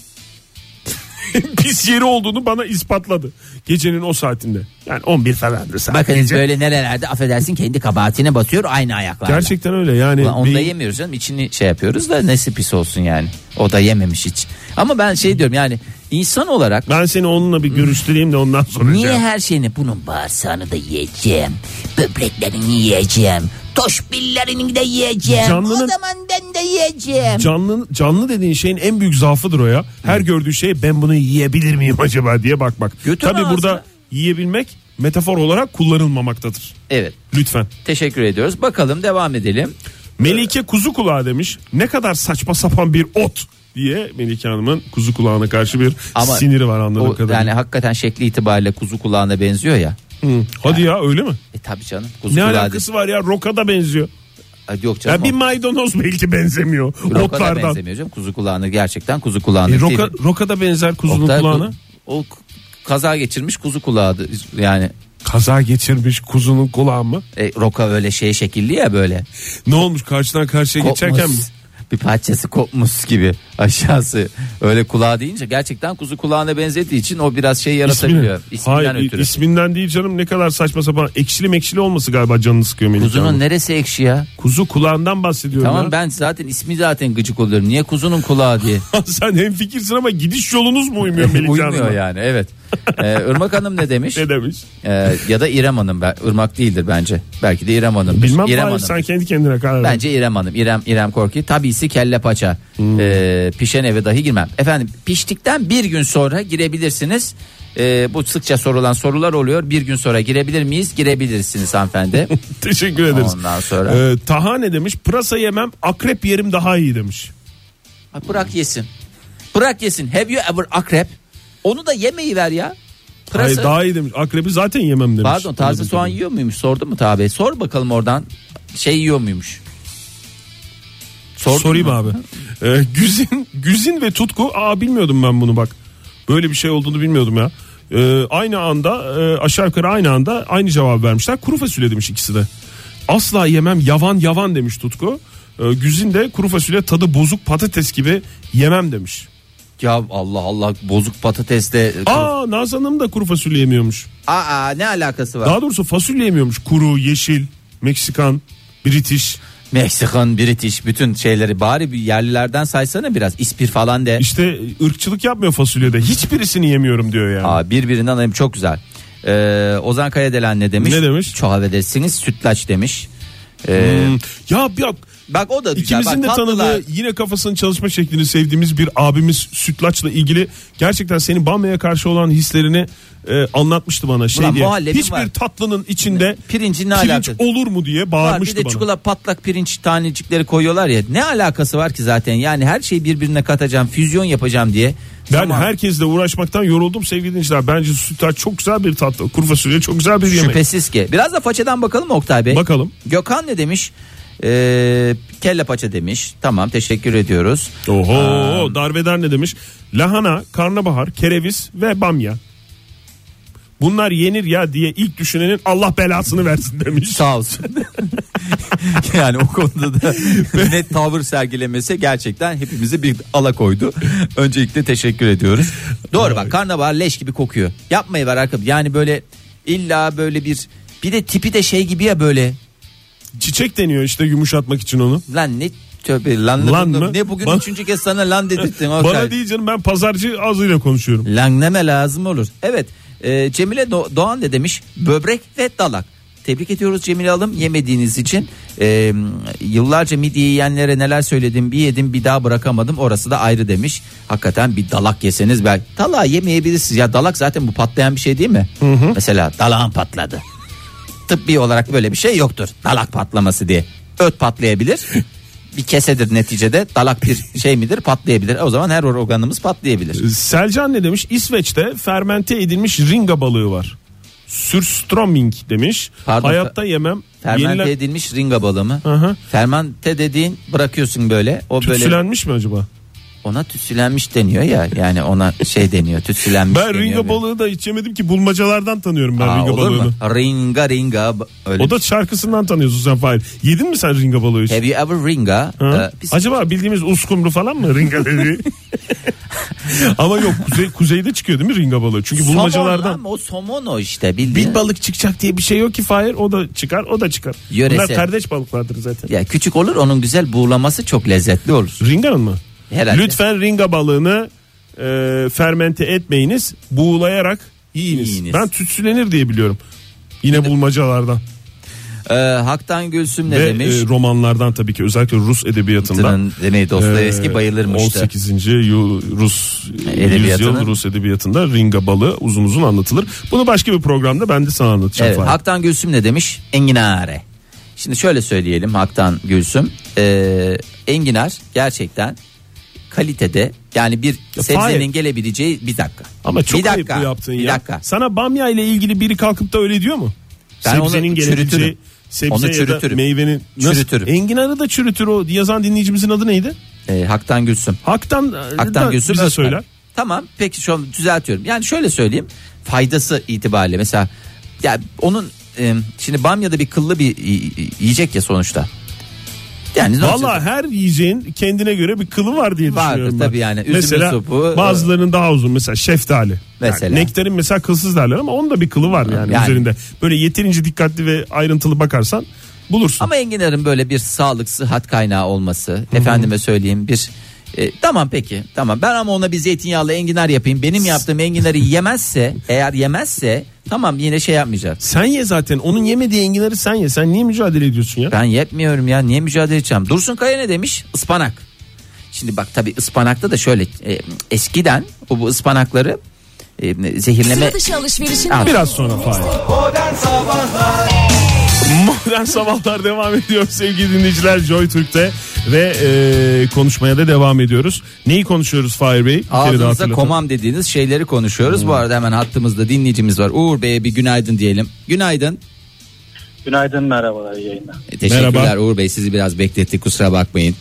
[SPEAKER 3] (laughs) en pis yeri olduğunu bana ispatladı gecenin o saatinde. Yani 11 falandı saat.
[SPEAKER 2] Bakınız
[SPEAKER 3] gece.
[SPEAKER 2] böyle nerelerde affedersin kendi kabahatine batıyor aynı ayaklarla.
[SPEAKER 3] Gerçekten öyle yani.
[SPEAKER 2] Ulan onu da
[SPEAKER 3] bir-
[SPEAKER 2] yemiyoruz canım. İçini şey yapıyoruz da nesi pis olsun yani. O da yememiş hiç. Ama ben şey diyorum yani insan olarak
[SPEAKER 3] Ben seni onunla bir görüştüreyim de ondan sonra. şey
[SPEAKER 1] Niye
[SPEAKER 3] cevap-
[SPEAKER 1] her şeyini bunun bağırsağını da yiyeceğim. Böbreklerini yiyeceğim. Toşbillerini de yiyeceğim.
[SPEAKER 3] Canlının-
[SPEAKER 1] O zaman ben de yiyeceğim.
[SPEAKER 3] Canlı, canlı dediğin şeyin en büyük zaafıdır o ya. Her gördüğü şeye ben bunu yiyebilir miyim (laughs) acaba diye bakmak.
[SPEAKER 2] Götür
[SPEAKER 3] Tabii
[SPEAKER 2] ağzına.
[SPEAKER 3] burada yiyebilmek metafor olarak kullanılmamaktadır.
[SPEAKER 2] evet
[SPEAKER 3] Lütfen.
[SPEAKER 2] teşekkür ediyoruz. Bakalım devam edelim.
[SPEAKER 3] Melike kuzu kulağı demiş. Ne kadar saçma sapan bir ot diye Melike Hanım'ın kuzu kulağına karşı bir
[SPEAKER 2] Ama
[SPEAKER 3] siniri var anladığım
[SPEAKER 2] O,
[SPEAKER 3] kadarıyla.
[SPEAKER 2] yani hakikaten şekli itibariyle kuzu kulağına benziyor ya.
[SPEAKER 3] Hı. Hadi ya öyle mi?
[SPEAKER 2] E tabii canım.
[SPEAKER 3] Ne
[SPEAKER 2] Kuzu kulağı
[SPEAKER 3] alakası var ya rokada benziyor.
[SPEAKER 2] Ay Yok
[SPEAKER 3] Ya
[SPEAKER 2] canım.
[SPEAKER 3] bir
[SPEAKER 2] o-
[SPEAKER 3] maydanoz belki benzemiyor
[SPEAKER 2] roka da
[SPEAKER 3] otlardan.
[SPEAKER 2] benzemiyor canım. Kuzu kulağını gerçekten kuzu kulağını.
[SPEAKER 3] E, roka, rokada benzer kuzunun kulağına.
[SPEAKER 2] O k- kaza geçirmiş kuzu kulağıdır. Yani
[SPEAKER 3] Kaza geçirmiş kuzunun kulağı mı?
[SPEAKER 2] e, roka öyle şey şekilli ya böyle.
[SPEAKER 3] Ne olmuş karşıdan karşıya Ee, geçerken mi?
[SPEAKER 2] Kopmuş. Bir parçası kopmuş gibi aşağısı. Öyle kulağı deyince gerçekten kuzu kulağına benzediği için o biraz şey yaratabiliyor. İsminden
[SPEAKER 3] Hayır,
[SPEAKER 2] ötürü.
[SPEAKER 3] isminden değil canım ne kadar saçma sapan. Ekşili mekşili olması galiba canını sıkıyor Melike Hanım.
[SPEAKER 2] Kuzunun neresi ekşi ya?
[SPEAKER 3] Kuzu kulağından bahsediyorum
[SPEAKER 2] Tamam
[SPEAKER 3] (laughs) ya.
[SPEAKER 2] ben zaten ismi zaten gıcık
[SPEAKER 3] (laughs)
[SPEAKER 2] oluyorum. Niye kuzunun kulağı diye? (laughs)
[SPEAKER 3] Sen hem fikirsin ama gidiş yolunuz mu uymuyor Melike Hanım'a?
[SPEAKER 2] Uymuyor yani evet. Ee, Irmak Hanım ne demiş?
[SPEAKER 3] Ne demiş?
[SPEAKER 2] Ee, ya da İrem Hanım. ben- Irmak değildir bence. Belki de İrem Hanım.
[SPEAKER 3] Bilmem
[SPEAKER 2] İrem
[SPEAKER 3] bari sen kendi kendine karar ver.
[SPEAKER 2] Bence İrem Hanım. İrem İrem Korki. Tabisi kelle paça. Ee, pişen eve dahi girmem. Efendim piştikten bir gün sonra girebilirsiniz. Ee, bu sıkça sorulan sorular oluyor. Bir gün sonra girebilir miyiz? Girebilirsiniz
[SPEAKER 3] (laughs)
[SPEAKER 2] hanımefendi.
[SPEAKER 3] Teşekkür ederiz.
[SPEAKER 2] Ondan sonra.
[SPEAKER 3] Ee, Taha ne demiş? Pırasa yemem akrep yerim daha iyi demiş.
[SPEAKER 2] Ha, Bırak yesin. Bırak yesin. Have you ever akrep? Onu da yemeyi ver ya. Pırasa-
[SPEAKER 3] Hayır, daha iyi demiş. Akrebi zaten yemem demiş.
[SPEAKER 2] Pardon taze soğan yiyor muymuş? Sordun mu tabi? Sor bakalım oradan. Şey yiyor muymuş? Sordun
[SPEAKER 3] Sorayım
[SPEAKER 2] mu?
[SPEAKER 3] abi. Ee, güzin, güzin ve tutku. Aa bilmiyordum ben bunu bak. Böyle bir şey olduğunu bilmiyordum ya. Ee, aynı anda e, aşağı yukarı aynı anda aynı cevap vermişler. Kuru fasulye demiş ikisi de. Asla yemem yavan yavan demiş tutku. Ee, güzin de kuru fasulye tadı bozuk patates gibi yemem demiş.
[SPEAKER 2] Ya Allah Allah bozuk patatesle.
[SPEAKER 3] Aa Naz Hanım da kuru fasulye yemiyormuş.
[SPEAKER 2] Aa ne alakası var?
[SPEAKER 3] Daha doğrusu fasulye yemiyormuş. Kuru, yeşil, Meksikan, British.
[SPEAKER 2] Meksikan, British bütün şeyleri bari bir yerlilerden saysana biraz. İspir falan de.
[SPEAKER 3] İşte ırkçılık yapmıyor fasulyede. Hiçbirisini yemiyorum diyor yani.
[SPEAKER 2] Aa, birbirinden alayım çok güzel. Ee, Ozan Kayadelen ne demiş?
[SPEAKER 3] Ne demiş?
[SPEAKER 2] Çoğavedesiniz sütlaç demiş. Ee,
[SPEAKER 3] Hmm. Ya bir bak
[SPEAKER 2] Bak o da güzel.
[SPEAKER 3] ikimizin
[SPEAKER 2] Bak,
[SPEAKER 3] de
[SPEAKER 2] tatlılar-
[SPEAKER 3] tanıdığı yine kafasının çalışma şeklini sevdiğimiz bir abimiz sütlaçla ilgili gerçekten senin bamya'ya karşı olan hislerini e, anlatmıştı bana şey
[SPEAKER 2] Ulan
[SPEAKER 3] diye.
[SPEAKER 2] muhallebim
[SPEAKER 3] Hiçbir
[SPEAKER 2] var.
[SPEAKER 3] tatlının içinde
[SPEAKER 2] Pirincin ne
[SPEAKER 3] pirinç
[SPEAKER 2] alakası?
[SPEAKER 3] olur mu diye
[SPEAKER 2] Var bir
[SPEAKER 3] bağırmıştı
[SPEAKER 2] de
[SPEAKER 3] bana.
[SPEAKER 2] çikolata patlak pirinç tanecikleri koyuyorlar ya. Ne alakası var ki zaten? Yani her şeyi birbirine katacağım, füzyon yapacağım diye.
[SPEAKER 3] Ben
[SPEAKER 2] Tamam.
[SPEAKER 3] herkesle uğraşmaktan yoruldum sevgili dinleyiciler. Bence sütlaç çok güzel bir tatlı. Kuru fasulye çok güzel bir yemek.
[SPEAKER 2] Şüphesiz ki. Biraz da façadan bakalım mı Oktay Bey?
[SPEAKER 3] Bakalım.
[SPEAKER 2] Gökhan ne demiş? Ee, kelle paça demiş. Tamam teşekkür ediyoruz.
[SPEAKER 3] Oho darbeder ne demiş? Lahana, karnabahar, kereviz ve bamya. Bunlar yenir ya diye ilk düşünenin Allah belasını versin
[SPEAKER 2] (laughs)
[SPEAKER 3] demiş.
[SPEAKER 2] Sağ olsun. yani o konuda
[SPEAKER 3] (laughs)
[SPEAKER 2] da net tavır sergilemesi gerçekten hepimizi bir ala koydu. Öncelikle teşekkür ediyoruz. Doğru bak karnabahar leş gibi kokuyor. Yapmayı ver arkadaş. Yani böyle illa böyle bir bir de tipi de şey gibi ya böyle
[SPEAKER 3] Çiçek deniyor işte yumuşatmak için onu.
[SPEAKER 2] lan ne tövbe lan,
[SPEAKER 3] Lan
[SPEAKER 2] ne-
[SPEAKER 3] mı?
[SPEAKER 2] ne bugün
[SPEAKER 3] Bana-
[SPEAKER 2] üçüncü kez sana lan
[SPEAKER 3] (laughs)
[SPEAKER 2] dedirttin.
[SPEAKER 3] Bana değil canım ben pazarcı ağzıyla konuşuyorum.
[SPEAKER 2] Langneme lazım olur. Evet e, Cemile Do- Doğan ne demiş? Böbrek ve dalak. Tebrik ediyoruz Cemile Hanım yemediğiniz için. E, yıllarca midye yiyenlere neler söyledim bir yedim bir daha bırakamadım orası da ayrı demiş. Hakikaten bir dalak yeseniz belki. Dalağı yemeyebilirsiniz ya dalak zaten bu patlayan bir şey değil mi? Mesela dalağın patladı. Tıbbi olarak böyle bir şey yoktur. Dalak patlaması diye. Öt patlayabilir. Bir kesedir neticede dalak bir şey midir patlayabilir. O zaman her organımız patlayabilir.
[SPEAKER 3] Selcan ne demiş? İsveç'te fermente edilmiş ringa balığı var. Sürströmming demiş.
[SPEAKER 2] Pardon,
[SPEAKER 3] Hayatta yemem.
[SPEAKER 2] Fermente
[SPEAKER 3] Yenilen-
[SPEAKER 2] edilmiş ringa balığı mı?
[SPEAKER 3] Hı hı.
[SPEAKER 2] Fermente dediğin bırakıyorsun böyle. O böyle
[SPEAKER 3] Tütsülenmiş mi acaba?
[SPEAKER 2] ona tütsülenmiş deniyor ya. Yani ona şey deniyor. Tütsülenmiş
[SPEAKER 3] Ben
[SPEAKER 2] deniyor.
[SPEAKER 3] ringa balığı da hiç yemedim ki bulmacalardan tanıyorum ben
[SPEAKER 2] Aa,
[SPEAKER 3] ringa
[SPEAKER 2] olur
[SPEAKER 3] balığını.
[SPEAKER 2] mu? Ringa ringa ba- öyle. şey.
[SPEAKER 3] O da şarkısından tanıyorsun sen Fahir. Yedin mi sen ringa balığı hiç?
[SPEAKER 2] Have you ever ringa?
[SPEAKER 3] Ha?
[SPEAKER 2] Ee, biz-
[SPEAKER 3] Acaba bildiğimiz uskumru falan
[SPEAKER 2] (laughs)
[SPEAKER 3] mı ringa dediği? Ama yok kuzey, kuzeyde çıkıyor değil mi ringa balığı? Çünkü
[SPEAKER 2] Somon
[SPEAKER 3] bulmacalardan.
[SPEAKER 2] lan, o somon o işte bildiğin.
[SPEAKER 3] Bir balık çıkacak diye bir şey yok ki Fahir. O da çıkar o da çıkar.
[SPEAKER 2] Yöresel.
[SPEAKER 3] Bunlar kardeş balıklardır zaten.
[SPEAKER 2] Ya küçük olur onun güzel buğulaması çok lezzetli olur.
[SPEAKER 3] Ringa'nın mı?
[SPEAKER 2] Herhalde.
[SPEAKER 3] Lütfen ringa balığını e, fermente etmeyiniz. Buğulayarak yiyiniz.
[SPEAKER 2] Yiyiniz.
[SPEAKER 3] Ben tütsülenir diye biliyorum. Yine bulmacalardan
[SPEAKER 2] Ee, Haktan Gülsüm ne
[SPEAKER 3] ve
[SPEAKER 2] demiş?
[SPEAKER 3] e, romanlardan tabii ki özellikle Rus edebiyatından.
[SPEAKER 2] Tının deneyi Dostoyevski
[SPEAKER 3] Ee,
[SPEAKER 2] bayılırmıştı.
[SPEAKER 3] 18. yu- Rus e,
[SPEAKER 2] Edebiyatının-
[SPEAKER 3] yüzyıl Rus edebiyatında ringa balığı uzun uzun anlatılır. Bunu başka bir programda ben de sana anlatacağım.
[SPEAKER 2] Evet,
[SPEAKER 3] Fahir.
[SPEAKER 2] Haktan Gülsüm ne demiş? Enginare. Şimdi şöyle söyleyelim Haktan Gülsüm. Ee, enginar gerçekten kalitede yani bir
[SPEAKER 3] Ya,
[SPEAKER 2] sebzenin
[SPEAKER 3] Fahir.
[SPEAKER 2] gelebileceği bir dakika.
[SPEAKER 3] Ama çok
[SPEAKER 2] bir dakika,
[SPEAKER 3] ayıp bu yaptığın
[SPEAKER 2] bir
[SPEAKER 3] ya.
[SPEAKER 2] dakika.
[SPEAKER 3] Sana bamya ile ilgili biri kalkıp da öyle diyor mu?
[SPEAKER 2] Ben onu çürütürüm.
[SPEAKER 3] sebze
[SPEAKER 2] Onu
[SPEAKER 3] ya da
[SPEAKER 2] çürütürüm.
[SPEAKER 3] meyvenin nasıl?
[SPEAKER 2] Çürütürüm.
[SPEAKER 3] Enginarı da çürütür o yazan dinleyicimizin adı neydi?
[SPEAKER 2] Ee, Haktan Gülsüm.
[SPEAKER 3] Haktan,
[SPEAKER 2] Haktan
[SPEAKER 3] da
[SPEAKER 2] Gülsüm
[SPEAKER 3] bize
[SPEAKER 2] Özmen.
[SPEAKER 3] söyler.
[SPEAKER 2] Tamam peki şu an düzeltiyorum. Yani şöyle söyleyeyim faydası itibariyle mesela ya onun e, şimdi bamya'da bir kıllı bir y- y- yiyecek ya sonuçta. Yani ne olacak?
[SPEAKER 3] Valla her yiyeceğin kendine göre bir kılı var diye
[SPEAKER 2] Vardır
[SPEAKER 3] düşünüyorum ben.
[SPEAKER 2] tabii yani. Üzümün
[SPEAKER 3] mesela
[SPEAKER 2] sopu,
[SPEAKER 3] bazılarının daha uzun mesela şeftali.
[SPEAKER 2] Mesela.
[SPEAKER 3] Yani nektarin mesela kılsız derler ama onun da bir kılı var yani,
[SPEAKER 2] Yani.
[SPEAKER 3] üzerinde. Böyle yeterince dikkatli ve ayrıntılı bakarsan bulursun.
[SPEAKER 2] Ama enginarın böyle bir sağlık sıhhat kaynağı olması efendime söyleyeyim bir E, tamam peki tamam ben ama ona bir zeytinyağlı enginar yapayım benim yaptığım enginarı yemezse eğer yemezse tamam yine şey yapmayacak
[SPEAKER 3] Sen ye zaten. Onun yemediği enginarı sen ye. Sen niye mücadele ediyorsun ya?
[SPEAKER 2] ben yetmiyorum ya niye mücadele edeceğim Dursun Kaya ne demiş Ispanak. şimdi bak tabi ıspanakta da şöyle e, eskiden bu, bu ıspanakları e, zehirleme
[SPEAKER 5] Sıra dışı alışverişin
[SPEAKER 2] Abi.
[SPEAKER 3] Biraz sonra Fahir. Modern Sabahlar devam ediyor sevgili dinleyiciler Joy Türk'te ve e, konuşmaya da devam ediyoruz. Neyi konuşuyoruz Fahir Bey? Bir kere daha
[SPEAKER 2] ağzınızda
[SPEAKER 3] hatırlatın.
[SPEAKER 2] komam dediğiniz şeyleri konuşuyoruz bu arada hemen hattımızda dinleyicimiz var Uğur Bey'e bir günaydın diyelim günaydın
[SPEAKER 6] Günaydın merhabalar iyi yayınlar.
[SPEAKER 2] E, teşekkürler
[SPEAKER 3] Merhaba.
[SPEAKER 2] Uğur Bey sizi biraz beklettik kusura bakmayın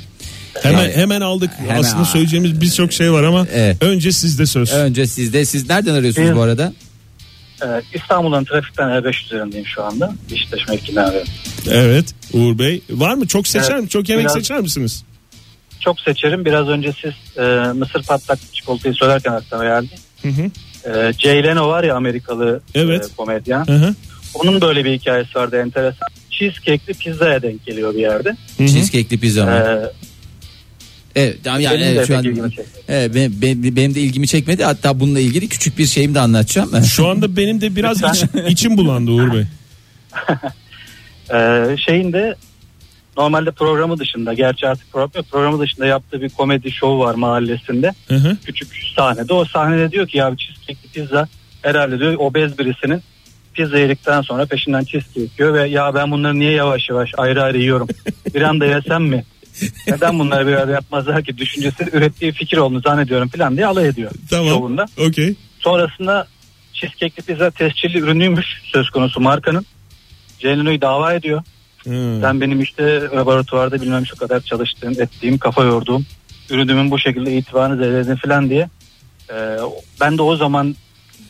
[SPEAKER 3] Hemen hemen aldık.
[SPEAKER 2] Hemen
[SPEAKER 3] Aslında
[SPEAKER 2] al-
[SPEAKER 3] söyleyeceğimiz birçok şey var ama
[SPEAKER 2] Evet.
[SPEAKER 3] önce sizde söz.
[SPEAKER 2] önce sizde siz nereden arıyorsunuz
[SPEAKER 6] Evet.
[SPEAKER 2] bu arada
[SPEAKER 6] Ee, İstanbul'dan trafikten E5 üzerindeyim şu anda. İşleş mevkini arıyorum.
[SPEAKER 3] Evet. Uğur Bey var mı? Çok seçer
[SPEAKER 6] Evet.
[SPEAKER 3] mi? Çok yemek
[SPEAKER 6] Biraz-
[SPEAKER 3] seçer misiniz?
[SPEAKER 6] Çok seçerim. Biraz önce siz e, mısır patlak çikolatayı söylerken aklıma geldi.
[SPEAKER 3] Hı hı.
[SPEAKER 6] E, Jay Leno var ya Amerikalı
[SPEAKER 3] Evet.
[SPEAKER 6] e, komedyen.
[SPEAKER 3] Hı hı.
[SPEAKER 6] Onun böyle bir hikayesi vardı enteresan. Cheesecake'li pizzaya denk geliyor bir yerde.
[SPEAKER 3] Hı
[SPEAKER 2] (laughs)
[SPEAKER 3] hı.
[SPEAKER 2] cheesecake'li pizza mı?
[SPEAKER 6] Ee,
[SPEAKER 2] Evet tamam yani
[SPEAKER 6] Benim
[SPEAKER 2] evet,
[SPEAKER 6] de şey.
[SPEAKER 2] şu an
[SPEAKER 6] pek ilgimi çekmedi.
[SPEAKER 2] Evet, benim, benim- benim de ilgimi çekmedi. Hatta bununla ilgili küçük bir şeyimi de anlatacağım.
[SPEAKER 3] Şu anda benim de biraz iç,
[SPEAKER 6] Lütfen.
[SPEAKER 3] içim bulandı Uğur
[SPEAKER 6] (laughs)
[SPEAKER 3] Bey.
[SPEAKER 6] Ee, şeyin de normalde programı dışında gerçi artık program yok, programı dışında yaptığı bir komedi şovu var mahallesinde.
[SPEAKER 3] Hı hı.
[SPEAKER 6] Küçük sahnede o sahnede diyor ki ya cheesecake'li pizza herhalde diyor obez birisinin pizza yedikten sonra peşinden cheesecake yiyor ve ya ben bunları niye yavaş yavaş ayrı ayrı yiyorum bir anda yesem mi? Neden bunları bir arada yapmazlar ki düşüncesi ürettiği fikir olduğunu zannediyorum falan diye alay ediyor
[SPEAKER 3] Tamam.
[SPEAKER 6] şovunda.
[SPEAKER 3] Okey.
[SPEAKER 6] Sonrasında cheesecake'li pizza tescilli ürünüymüş söz konusu markanın. Celino'yu dava ediyor.
[SPEAKER 3] Hı.
[SPEAKER 6] Sen benim işte laboratuvarda bilmem şu kadar çalıştığım, ettiğim, kafa yorduğum, ürünümün bu şekilde itibarını zehirledin falan diye. Ee, ben de o zaman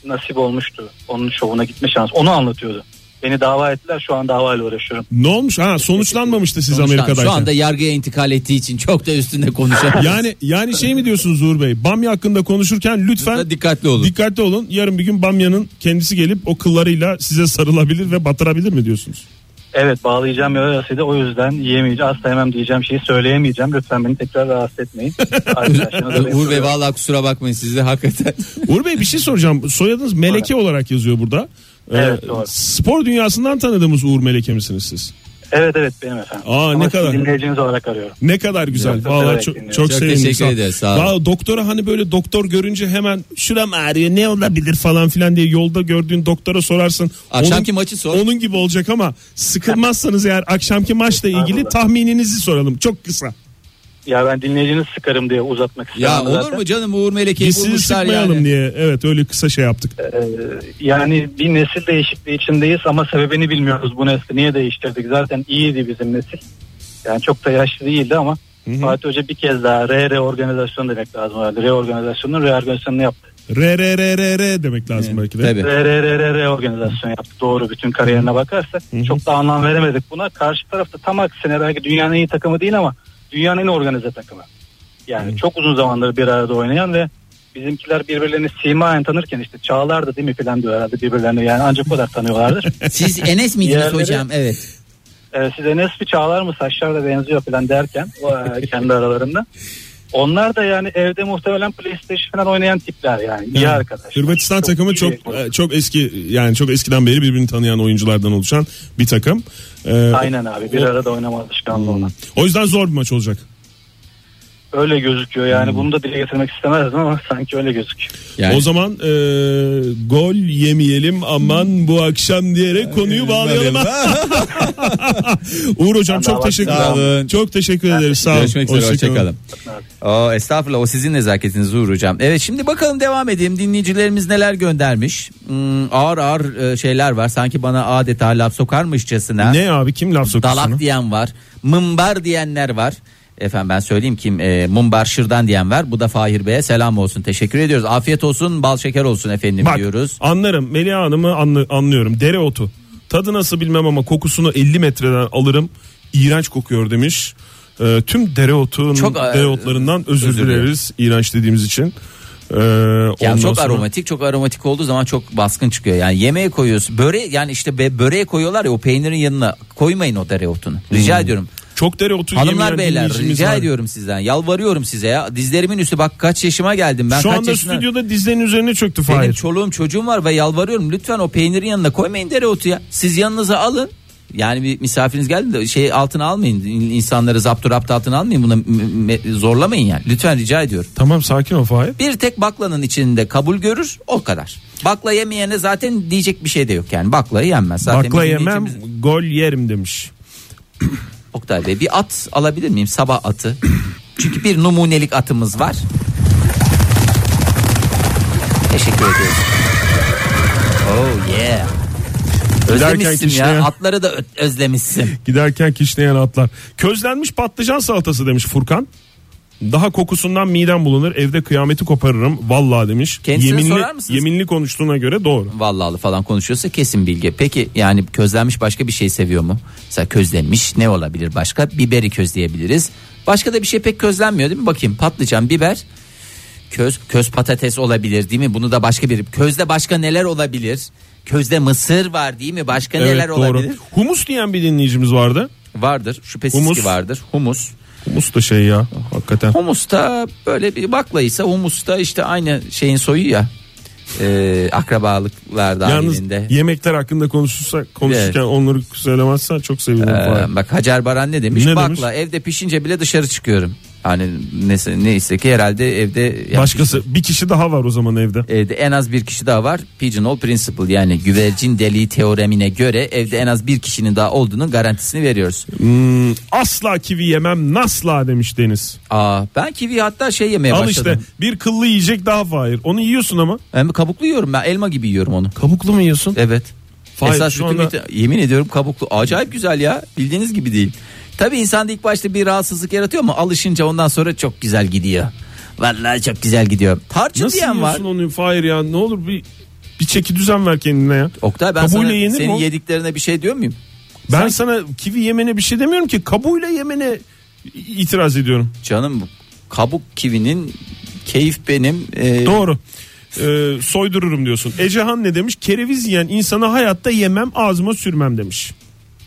[SPEAKER 6] nasip olmuştu onun şovuna gitme şansı. Onu anlatıyordu. Beni dava ettiler şu an davayla uğraşıyorum.
[SPEAKER 3] Ne olmuş? Ha sonuçlanmamıştı siz
[SPEAKER 2] Sonuçta
[SPEAKER 3] Amerika'dayken.
[SPEAKER 2] Şu anda yargıya intikal ettiği için çok da üstünde konuşamıyorum. (laughs)
[SPEAKER 3] Yani yani şey mi diyorsunuz Uğur Bey? Bamya hakkında konuşurken lütfen
[SPEAKER 2] dikkatli olun.
[SPEAKER 3] dikkatli olun. Yarın bir gün Bamya'nın kendisi gelip o kıllarıyla size sarılabilir ve batırabilir mi diyorsunuz?
[SPEAKER 6] Evet bağlayacağım yer arasıydı o yüzden yiyemeyeceğim asla yemem diyeceğim şeyi söyleyemeyeceğim. Lütfen beni tekrar rahatsız etmeyin. Arkadaşlarına da
[SPEAKER 2] Uğur Bey
[SPEAKER 6] beni-
[SPEAKER 2] vallahi kusura bakmayın sizi hakikaten.
[SPEAKER 3] Uğur Bey bir şey soracağım. Soyadınız Meleke olarak yazıyor burada. Ee,
[SPEAKER 6] Evet, doğru.
[SPEAKER 3] Spor dünyasından tanıdığımız Uğur Meleke misiniz siz?
[SPEAKER 6] Evet evet benim efendim.
[SPEAKER 3] Aa, ne
[SPEAKER 6] Ama sizi
[SPEAKER 3] kadar-
[SPEAKER 6] dinleyiciniz olarak arıyorum.
[SPEAKER 3] Ne kadar güzel.
[SPEAKER 6] Çok
[SPEAKER 3] Vallahi
[SPEAKER 6] severek
[SPEAKER 3] çok, çok,
[SPEAKER 6] dinliyorum.
[SPEAKER 2] Çok
[SPEAKER 3] sevindim.
[SPEAKER 2] teşekkür
[SPEAKER 3] ol.
[SPEAKER 2] ederiz, sağ olun.
[SPEAKER 3] Vallahi doktora hani böyle doktor görünce hemen şuram ağrıyor ne olabilir falan filan diye yolda gördüğün doktora sorarsın.
[SPEAKER 2] Akşamki maçı sor.
[SPEAKER 3] Onun gibi olacak ama sıkılmazsanız eğer akşamki maçla ilgili
[SPEAKER 6] Estağfurullah.
[SPEAKER 3] tahmininizi soralım. Çok kısa.
[SPEAKER 6] Ya ben dinleyicinizi sıkarım diye uzatmak istiyorum.
[SPEAKER 2] ya olur
[SPEAKER 6] zaten.
[SPEAKER 2] mu canım Uğur Meleke'yi
[SPEAKER 3] Biz sizi
[SPEAKER 2] bulmuşlar
[SPEAKER 3] sıkmayalım
[SPEAKER 2] yani.
[SPEAKER 3] diye. Evet öyle kısa şey yaptık.
[SPEAKER 6] Ee, yani bir nesil değişikliği içindeyiz ama sebebini bilmiyoruz bu nesli niye değiştirdik zaten iyiydi bizim nesil yani çok da yaşlı değildi ama Fatih Hoca bir kez daha re reorganizasyon demek lazım herhalde reorganizasyonun reorganizasyonunu yaptı
[SPEAKER 3] R R R R R demek lazım belki de.
[SPEAKER 2] Tabii.
[SPEAKER 6] re re re re reorganizasyon yaptı doğru bütün kariyerine bakarsak çok da anlam veremedik buna karşı tarafta tam aksine belki dünyanın en iyi takımı değil ama dünyanın en organize takımı yani çok uzun zamandır bir arada oynayan ve Bizimkiler birbirlerini simayen tanırken işte çağlardı değil mi filan diyor herhalde birbirlerini yani ancak o kadar
[SPEAKER 3] (laughs)
[SPEAKER 6] tanıyorlardır.
[SPEAKER 2] Siz Enes miydiniz
[SPEAKER 6] Yerleri-
[SPEAKER 2] hocam? Evet.
[SPEAKER 6] e, size Nesfi Çağlar mı saçlar da benziyor falan derken
[SPEAKER 3] (laughs)
[SPEAKER 6] e, kendi aralarında. Onlar da yani evde muhtemelen PlayStation falan oynayan tipler yani. iyi arkadaş.
[SPEAKER 3] Hırvatistan takımı çok e, çok eski yani çok eskiden beri birbirini tanıyan oyunculardan oluşan bir takım. Ee,
[SPEAKER 6] Aynen abi bir arada oynama alışkanlığı olan.
[SPEAKER 3] O yüzden zor bir maç olacak. Hmm.
[SPEAKER 6] Öyle gözüküyor yani bunu da dile getirmek istemezdim ama (laughs) sanki öyle gözüküyor.
[SPEAKER 2] Yani
[SPEAKER 3] O zaman e, gol yemeyelim aman bu akşam diyerek
[SPEAKER 2] Ee,
[SPEAKER 3] konuyu bağlayalım. (laughs) Uğur hocam çok
[SPEAKER 6] Sağ
[SPEAKER 3] teşekkür
[SPEAKER 2] olun.
[SPEAKER 3] Çok teşekkür ederiz. Sağ olun.
[SPEAKER 2] Görüşmek üzere
[SPEAKER 3] Hoşça kalın.
[SPEAKER 2] hoşçakalın. O estağfurullah o sizin nezaketiniz Uğur hocam. Evet şimdi bakalım devam edeyim. Dinleyicilerimiz neler göndermiş? Hmm, ağır ağır e, şeyler var. Sanki bana adeta laf sokarmışçasına.
[SPEAKER 3] Ne abi kim laf sokuyor sana?
[SPEAKER 2] Dalak diyen var. Mımbar diyenler var. Efendim ben söyleyeyim kim? E, mumbar şırdan diyen var. Bu da Fahir Bey'e selam olsun. Teşekkür ediyoruz. Afiyet olsun. Bal şeker olsun efendim
[SPEAKER 3] Bak
[SPEAKER 2] diyoruz.
[SPEAKER 3] anlarım Melia Hanım'ı anlı- anlıyorum. Dereotu. Tadı nasıl bilmem ama kokusunu 50 metreden alırım. İğrenç kokuyor demiş. Ee, tüm dereotunun
[SPEAKER 2] Çok, e,
[SPEAKER 3] dereotlarından özür,
[SPEAKER 2] özür
[SPEAKER 3] dileriz. İğrenç dediğimiz için. Ee, ondan
[SPEAKER 2] Yani çok
[SPEAKER 3] sonra-
[SPEAKER 2] aromatik çok aromatik olduğu zaman çok baskın çıkıyor. Yani yemeğe
[SPEAKER 3] Hmm.
[SPEAKER 2] koyuyorsun. Böreğe yani işte be, böreğe koyuyorlar ya o peynirin yanına koymayın o dereotunu. Rica ediyorum.
[SPEAKER 3] Çok dereotu
[SPEAKER 2] Hanımlar
[SPEAKER 3] yemeyen
[SPEAKER 2] beyler
[SPEAKER 3] dinleyicimiz
[SPEAKER 2] rica
[SPEAKER 3] var.
[SPEAKER 2] ediyorum sizden yalvarıyorum size ya dizlerimin üstü bak kaç yaşıma geldim ben
[SPEAKER 3] Şu
[SPEAKER 2] kaç
[SPEAKER 3] anda
[SPEAKER 2] yaşına...
[SPEAKER 3] stüdyoda dizlerinin üzerine çöktü
[SPEAKER 2] Benim
[SPEAKER 3] Fahir.
[SPEAKER 2] çoluğum çocuğum var ve yalvarıyorum lütfen o peynirin yanına koymayın dereotu ya. Siz yanınıza alın. Yani bir misafiriniz geldi de şey altına almayın. İn- İnsanları zapturapt altına almayın. Buna m- m- zorlamayın yani. Lütfen rica ediyorum.
[SPEAKER 3] Tamam sakin ol Fahir.
[SPEAKER 2] Bir tek baklanın içinde kabul görür o kadar. Bakla yemeyene zaten diyecek bir şey de yok yani. Baklayı yenmez. Zaten
[SPEAKER 3] Bakla
[SPEAKER 2] bizim
[SPEAKER 3] yemem
[SPEAKER 2] dinleyicimiz-
[SPEAKER 3] gol yerim demiş.
[SPEAKER 2] Oktay Bey bir at alabilir miyim? Sabah atı. (clears throat) Çünkü bir numunelik atımız var. Teşekkür ediyorum. Oh yeah.
[SPEAKER 3] Giderken
[SPEAKER 2] Özlemişsin
[SPEAKER 3] kişneye-
[SPEAKER 2] ya. Atları da ö- özlemişsin.
[SPEAKER 3] Giderken kişneyen atlar. Közlenmiş patlıcan salatası demiş Furkan. Daha kokusundan midem bulunur. Evde kıyameti koparırım. Vallahi demiş.
[SPEAKER 2] Kendisine
[SPEAKER 3] yeminli,
[SPEAKER 2] sorar mısınız?
[SPEAKER 3] Yeminli konuştuğuna göre doğru.
[SPEAKER 2] Vallahi falan konuşuyorsa kesin bilgi. Peki yani közlenmiş başka bir şey seviyor mu? Mesela közlenmiş ne olabilir başka? Biberi közleyebiliriz. Başka da bir şey pek közlenmiyor değil mi? Bakayım patlıcan, biber, köz, köz patates olabilir değil mi? Bunu da başka bir közde başka neler olabilir? Közde mısır var değil mi? Başka neler olabilir?
[SPEAKER 3] Humus diyen bir dinleyicimiz vardı.
[SPEAKER 2] Vardır. Şüphesiz
[SPEAKER 3] Humus.
[SPEAKER 2] ki vardır. Humus.
[SPEAKER 3] Humus da şey ya hakikaten.
[SPEAKER 2] Humus da böyle bir baklaysa humus da işte aynı şeyin soyu ya. Ee, akrabalıklar
[SPEAKER 3] Yalnız
[SPEAKER 2] dahilinde.
[SPEAKER 3] yemekler hakkında konuşursak konuşurken onları söylemezsen çok sevinirim. Fahir.
[SPEAKER 2] Ee, bak Hacer Baran ne demiş?
[SPEAKER 3] Ne
[SPEAKER 2] Bakla evde pişince bile dışarı çıkıyorum. Hani neyse, neyse ki herhalde evde yani
[SPEAKER 3] Başkası bir kişi daha var o zaman evde.
[SPEAKER 2] evde en az bir kişi daha var. Pigeonhole Principle yani güvercin deliği teoremine göre evde en az bir kişinin daha olduğunun garantisini veriyoruz.
[SPEAKER 3] Hmm, Asla kivi yemem nasla demiş Deniz.
[SPEAKER 2] Aa ben kivi hatta şey yemeye
[SPEAKER 3] Al
[SPEAKER 2] başladım.
[SPEAKER 3] işte bir kıllı yiyecek daha Fahir. Onu yiyorsun ama. E,
[SPEAKER 2] Ben kabuklu yiyorum ben elma gibi yiyorum onu.
[SPEAKER 3] Kabuklu mu yiyorsun?
[SPEAKER 2] Evet.
[SPEAKER 3] Fahir,
[SPEAKER 2] Esas
[SPEAKER 3] şu
[SPEAKER 2] bütün
[SPEAKER 3] anda-
[SPEAKER 2] vita- yemin ediyorum kabuklu. Acayip güzel ya. Bildiğiniz gibi değil. Tabii insanda ilk başta bir rahatsızlık yaratıyor ama alışınca ondan sonra çok güzel gidiyor. Vallahi çok güzel gidiyor. Tarçın
[SPEAKER 3] Nasıl
[SPEAKER 2] diyen
[SPEAKER 3] yiyorsun
[SPEAKER 2] var.
[SPEAKER 3] onu Fahir ya? Ne olur bir bir çeki düzen ver kendine ya.
[SPEAKER 2] Oktay ben
[SPEAKER 3] Kabuğuyla
[SPEAKER 2] sana
[SPEAKER 3] yenir mi
[SPEAKER 2] senin
[SPEAKER 3] o?
[SPEAKER 2] yediklerine bir şey diyor muyum?
[SPEAKER 3] Ben sana kivi yemene bir şey demiyorum ki. Kabuğuyla yemene itiraz ediyorum.
[SPEAKER 2] Canım kabuk kivinin keyif benim. e,
[SPEAKER 3] Doğru. Ee, soydururum diyorsun. Ecehan ne demiş? Kereviz yiyen insana hayatta yemem ağzıma sürmem demiş.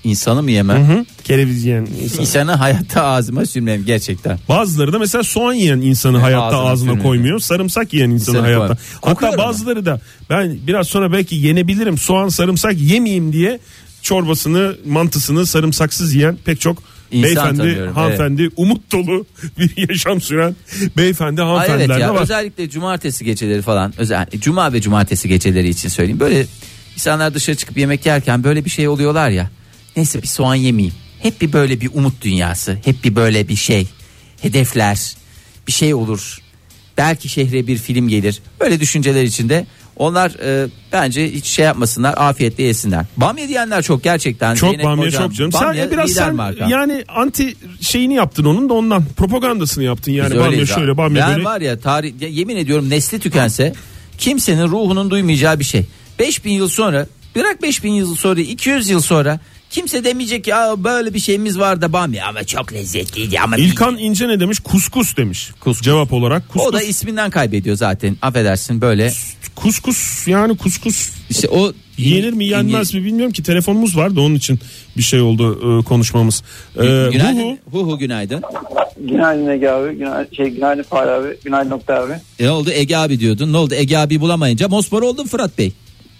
[SPEAKER 2] insanı mı yemem?
[SPEAKER 3] Hı? Kereviz yiyen insan.
[SPEAKER 2] İnsanı hayatta ağzıma sürmem gerçekten.
[SPEAKER 3] Bazıları da mesela soğan yiyen insanı hayatta
[SPEAKER 2] E, ağzına
[SPEAKER 3] ağzına
[SPEAKER 2] sürmüyor.
[SPEAKER 3] koymuyor. Sarımsak yiyen insanı
[SPEAKER 2] İnsanı
[SPEAKER 3] hayatta.
[SPEAKER 2] koymuyor.
[SPEAKER 3] Hatta
[SPEAKER 2] Kokuyor ama.
[SPEAKER 3] bazıları da ben biraz sonra belki yenebilirim soğan sarımsak yemeyeyim diye çorbasını mantısını sarımsaksız yiyen pek çok
[SPEAKER 2] İnsan
[SPEAKER 3] beyefendi
[SPEAKER 2] tanıyorum,
[SPEAKER 3] hanımefendi umut dolu (laughs) bir yaşam süren beyefendi
[SPEAKER 2] Ay evet
[SPEAKER 3] hanımefendiler
[SPEAKER 2] ya
[SPEAKER 3] de var.
[SPEAKER 2] özellikle cumartesi geceleri falan özel cuma ve cumartesi geceleri için söyleyeyim. Böyle insanlar dışarı çıkıp yemek yerken böyle bir şey oluyorlar ya. Neyse bir soğan yemeyeyim. Hep bir böyle bir umut dünyası. Hep bir böyle bir şey. Hedefler. Bir şey olur. Belki şehre bir film gelir. Böyle düşünceler içinde onlar e, bence hiç şey yapmasınlar. Afiyetle yesinler. Bamya diyenler çok gerçekten.
[SPEAKER 3] Çok
[SPEAKER 2] Zeynep
[SPEAKER 3] bamya
[SPEAKER 2] hocam,
[SPEAKER 3] çok canım.
[SPEAKER 2] bamya
[SPEAKER 3] sen e, biraz
[SPEAKER 2] lider
[SPEAKER 3] sen
[SPEAKER 2] marka.
[SPEAKER 3] yani anti şeyini yaptın onun da ondan propagandasını yaptın yani
[SPEAKER 2] Biz
[SPEAKER 3] bamya
[SPEAKER 2] öyleyiz abi.
[SPEAKER 3] şöyle bamya
[SPEAKER 2] Ben
[SPEAKER 3] böyle.
[SPEAKER 2] var ya tarih ya yemin ediyorum nesli tükense kimsenin ruhunun duymayacağı bir şey. 5000 yıl sonra bırak 5000 yıl sonra 200 yıl sonra kimse demeyecek ya böyle bir şeyimiz var da bamya ama çok lezzetliydi ama
[SPEAKER 3] İlkan İnce ne demiş? Kuskus demiş. Cevap olarak kuskus.
[SPEAKER 2] o da isminden kaybediyor zaten. Affedersin böyle.
[SPEAKER 3] Kuskus yani kuskus
[SPEAKER 2] İşte o
[SPEAKER 3] yenir mi yenmez mi bilmiyorum ki telefonumuz vardı onun için bir şey oldu e, konuşmamız. E,
[SPEAKER 2] Ee, Günaydın.
[SPEAKER 3] Huhu,
[SPEAKER 2] Hu hu günaydın.
[SPEAKER 5] Günaydın Ege abi. Günaydın, şey, günaydın Fahri abi. Günaydın Nokta abi.
[SPEAKER 2] Ne oldu Ege abi diyordun. Ne oldu Ege abi bulamayınca mosmor oldun Fırat Bey.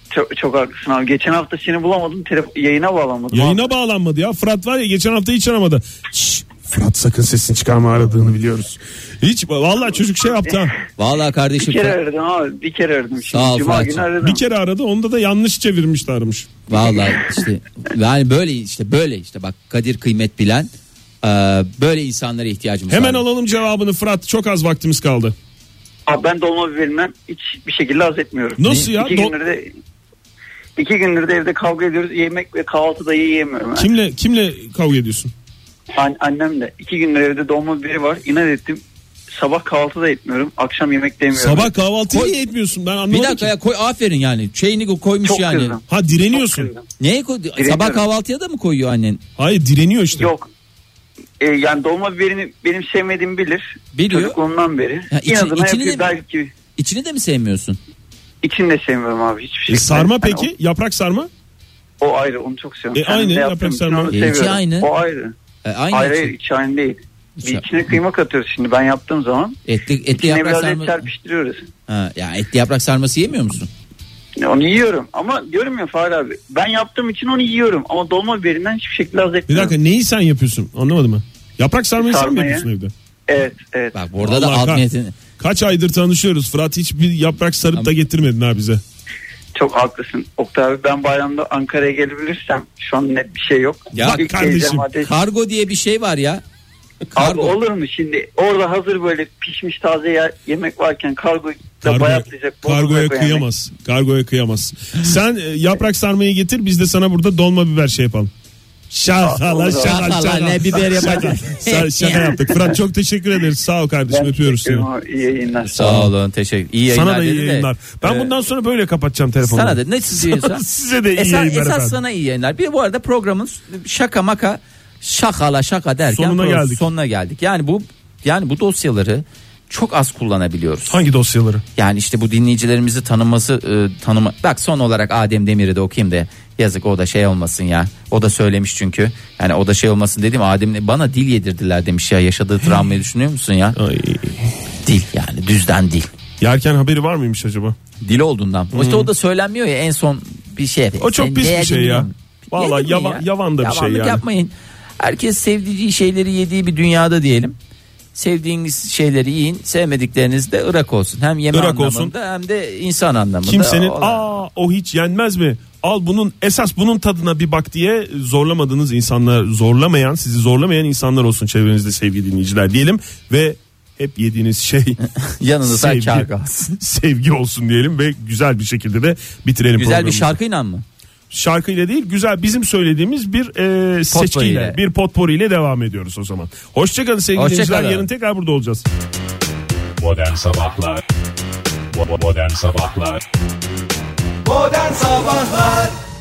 [SPEAKER 5] Çok, çok haklısın abi. Geçen hafta seni bulamadım. Telef- yayına bağlamadım.
[SPEAKER 3] yayına bağlanmadı ya Fırat var ya geçen hafta hiç aramadı. Şşş, Fırat sakın sesini çıkarma aradığını biliyoruz. Hiç vallahi çocuk şey yaptı ha.
[SPEAKER 2] Vallahi
[SPEAKER 5] Bir
[SPEAKER 2] kardeşim.
[SPEAKER 5] kere aradım abi. Bir kere aradım. Şimdi
[SPEAKER 2] Sağ ol
[SPEAKER 5] Cuma
[SPEAKER 2] Fırat'cığım.
[SPEAKER 5] günü aradım.
[SPEAKER 3] Bir kere aradı onda da yanlış çevirmişti aramış.
[SPEAKER 2] Vallahi işte yani böyle işte böyle işte bak Kadir kıymet bilen e, böyle insanlara ihtiyacımız
[SPEAKER 3] Hemen
[SPEAKER 2] var.
[SPEAKER 3] alalım cevabını Fırat çok az vaktimiz kaldı.
[SPEAKER 5] Abi ben dolma biberimden hiç bir şekilde haz etmiyorum.
[SPEAKER 3] Nasıl ya?
[SPEAKER 5] İki
[SPEAKER 3] Do-
[SPEAKER 5] gündür de iki gündür de evde kavga ediyoruz. Yemek ve kahvaltı da yiyemiyorum. Kim?
[SPEAKER 3] Kimle kimle kavga ediyorsun?
[SPEAKER 5] annem de. İki gündür evde dolma biberi var. İnat ettim. Sabah kahvaltı da etmiyorum. Akşam yemek de yemiyorum.
[SPEAKER 3] Sabah kahvaltıyı niye etmiyorsun ben anlamadım.
[SPEAKER 2] Bir dakika
[SPEAKER 3] ki.
[SPEAKER 2] ya koy aferin yani şeyini koymuş
[SPEAKER 5] Çok
[SPEAKER 2] yani.
[SPEAKER 5] kızdım.
[SPEAKER 3] Ha
[SPEAKER 5] Çok
[SPEAKER 3] direniyorsun.
[SPEAKER 5] kızdım.
[SPEAKER 2] Neye koy? Sabah kahvaltıya da mı koyuyor annen?
[SPEAKER 3] Hayır direniyor işte.
[SPEAKER 5] Yok. Ee, yani dolma biberini benim sevmediğimi bilir.
[SPEAKER 2] Biliyor.
[SPEAKER 5] Çocukluğumdan beri.
[SPEAKER 2] Ya içi-
[SPEAKER 5] İnadına
[SPEAKER 2] içini de
[SPEAKER 5] yapıyor.
[SPEAKER 2] mi-
[SPEAKER 5] Belki
[SPEAKER 2] İçini de mi sevmiyorsun?
[SPEAKER 5] İçini de sevmiyorum abi hiçbir şey.
[SPEAKER 3] E, sarma
[SPEAKER 5] Yani
[SPEAKER 3] peki? yaprak sarma?
[SPEAKER 5] o, o ayrı onu çok seviyorum.
[SPEAKER 3] E, aynı,
[SPEAKER 5] de
[SPEAKER 3] yaprak
[SPEAKER 5] yaptığım için
[SPEAKER 3] sarma.
[SPEAKER 5] onu
[SPEAKER 2] E, içi
[SPEAKER 5] seviyorum.
[SPEAKER 2] aynı.
[SPEAKER 5] O ayrı.
[SPEAKER 2] E, aynı
[SPEAKER 5] Hayır hayır
[SPEAKER 2] için.
[SPEAKER 5] iç halinde değil. Bir
[SPEAKER 2] İç-
[SPEAKER 5] içine kıyma katıyoruz şimdi ben yaptığım zaman.
[SPEAKER 2] Etli, etli
[SPEAKER 5] İçine
[SPEAKER 2] yaprak
[SPEAKER 5] biraz şey. et
[SPEAKER 2] sarması.
[SPEAKER 5] serpiştiriyoruz.
[SPEAKER 2] Ha, ya etli yaprak sarması yemiyor musun?
[SPEAKER 5] Onu yiyorum ama diyorum ya Fahri abi ben yaptığım için onu yiyorum ama dolma biberinden hiçbir şekilde haz
[SPEAKER 3] Bir
[SPEAKER 5] etmiyorum.
[SPEAKER 3] dakika neyi sen yapıyorsun anlamadım mı? Yaprak sarmayı sen mi
[SPEAKER 5] Sarmayı.
[SPEAKER 3] yapıyorsun evde?
[SPEAKER 5] Evet evet.
[SPEAKER 2] Bak burada da
[SPEAKER 3] Allah
[SPEAKER 2] alt
[SPEAKER 3] kah-
[SPEAKER 2] metin.
[SPEAKER 3] Kaç aydır tanışıyoruz Fırat hiçbir yaprak sarıp da getirmedin ha bize.
[SPEAKER 5] Çok haklısın. Oktay abi ben bayramda Ankara'ya gelebilirsem şu an net bir şey yok.
[SPEAKER 2] Ya
[SPEAKER 5] İlk
[SPEAKER 3] kardeşim.
[SPEAKER 5] geleceğim ateş.
[SPEAKER 2] Kargo diye bir şey var ya.
[SPEAKER 5] Abi
[SPEAKER 2] Kargo.
[SPEAKER 5] olur mu şimdi orada hazır böyle pişmiş taze ye- yemek varken kargo da
[SPEAKER 3] Kargo,
[SPEAKER 5] bayatlayacak.
[SPEAKER 3] kargoya
[SPEAKER 5] bozulacak o yemek.
[SPEAKER 3] kıyamaz. Kargoya kıyamaz. Sen e, yaprak sarmayı getir biz de sana burada dolma biber şey yapalım. Şakala
[SPEAKER 5] olur.
[SPEAKER 3] şaka
[SPEAKER 2] Şakala,
[SPEAKER 3] şaka.
[SPEAKER 2] ne biber
[SPEAKER 3] şaka, (laughs)
[SPEAKER 2] yapacağız.
[SPEAKER 3] Sa- şaka yaptık. Fırat çok teşekkür ederiz. Sağ ol kardeşim
[SPEAKER 5] Ben
[SPEAKER 3] öpüyoruz
[SPEAKER 5] teşekkür
[SPEAKER 3] seni.
[SPEAKER 5] ederim abi, İyi yayınlar.
[SPEAKER 2] Sağ olun teşekkür. İyi yayınlar.
[SPEAKER 3] Sana da iyi
[SPEAKER 2] dedi de,
[SPEAKER 3] yayınlar. Ben
[SPEAKER 2] e,
[SPEAKER 3] bundan sonra böyle kapatacağım telefonu.
[SPEAKER 2] sana da ne diyorsan.
[SPEAKER 3] Size de iyi
[SPEAKER 2] Esas,
[SPEAKER 3] yayınlar
[SPEAKER 2] esas
[SPEAKER 3] efendim.
[SPEAKER 2] sana iyi yayınlar. Bir bu arada programın şaka maka şakala şaka derken
[SPEAKER 3] Sonuna
[SPEAKER 2] program-
[SPEAKER 3] geldik.
[SPEAKER 2] sonuna geldik. Yani bu yani bu dosyaları çok az kullanabiliyoruz.
[SPEAKER 3] Hangi dosyaları?
[SPEAKER 2] Yani işte bu dinleyicilerimizi tanıması e, tanıma. Bak son olarak Adem Demir'i de okuyayım da yazık o da şey olmasın ya. O da söylemiş çünkü. Yani o da şey olmasın dedim Adem bana dil yedirdiler demiş ya yaşadığı travmayı düşünüyor musun ya?
[SPEAKER 3] Ay.
[SPEAKER 2] Dil yani düzden dil.
[SPEAKER 3] Yerken haberi var mıymış acaba?
[SPEAKER 2] Dil olduğundan. İşte o da söylenmiyor ya en son bir şey.
[SPEAKER 3] O çok
[SPEAKER 2] Sen
[SPEAKER 3] pis bir
[SPEAKER 2] değerdin
[SPEAKER 3] şey ya.
[SPEAKER 2] mi?
[SPEAKER 3] Vallahi
[SPEAKER 2] Yedin mi
[SPEAKER 3] yavan- yavan da bir şey
[SPEAKER 2] Yavanlık
[SPEAKER 3] yani.
[SPEAKER 2] yapmayın. Herkes sevdiği şeyleri yediği bir dünyada diyelim. Sevdiğiniz şeyleri yiyin, sevmedikleriniz de ırak olsun. Hem yeme
[SPEAKER 3] Irak
[SPEAKER 2] anlamında
[SPEAKER 3] olsun.
[SPEAKER 2] hem de insan anlamında.
[SPEAKER 3] Kimsenin
[SPEAKER 2] olan-
[SPEAKER 3] aa o hiç yenmez mi? Al bunun esas bunun tadına bir bak diye zorlamadığınız insanlar zorlamayan sizi zorlamayan insanlar olsun çevrenizde sevgili dinleyiciler diyelim ve hep yediğiniz
[SPEAKER 2] (laughs)
[SPEAKER 3] şey
[SPEAKER 2] yanınıza
[SPEAKER 3] sevgi,
[SPEAKER 2] kar kalsın.
[SPEAKER 3] (laughs) sevgi olsun diyelim ve güzel bir şekilde de bitirelim
[SPEAKER 2] Güzel bir
[SPEAKER 3] programımızı.
[SPEAKER 2] şarkıyla mı?
[SPEAKER 3] şarkıyla değil güzel bizim söylediğimiz bir e, seçkiyle
[SPEAKER 2] Potpourri'yle.
[SPEAKER 3] bir potpourriyle devam ediyoruz o zaman. Hoşçakalın sevgili
[SPEAKER 2] Hoşça
[SPEAKER 3] dinleyiciler
[SPEAKER 2] kalın.
[SPEAKER 3] yarın tekrar burada olacağız.
[SPEAKER 7] Modern Sabahlar Bo- Modern Sabahlar
[SPEAKER 8] Modern Sabahlar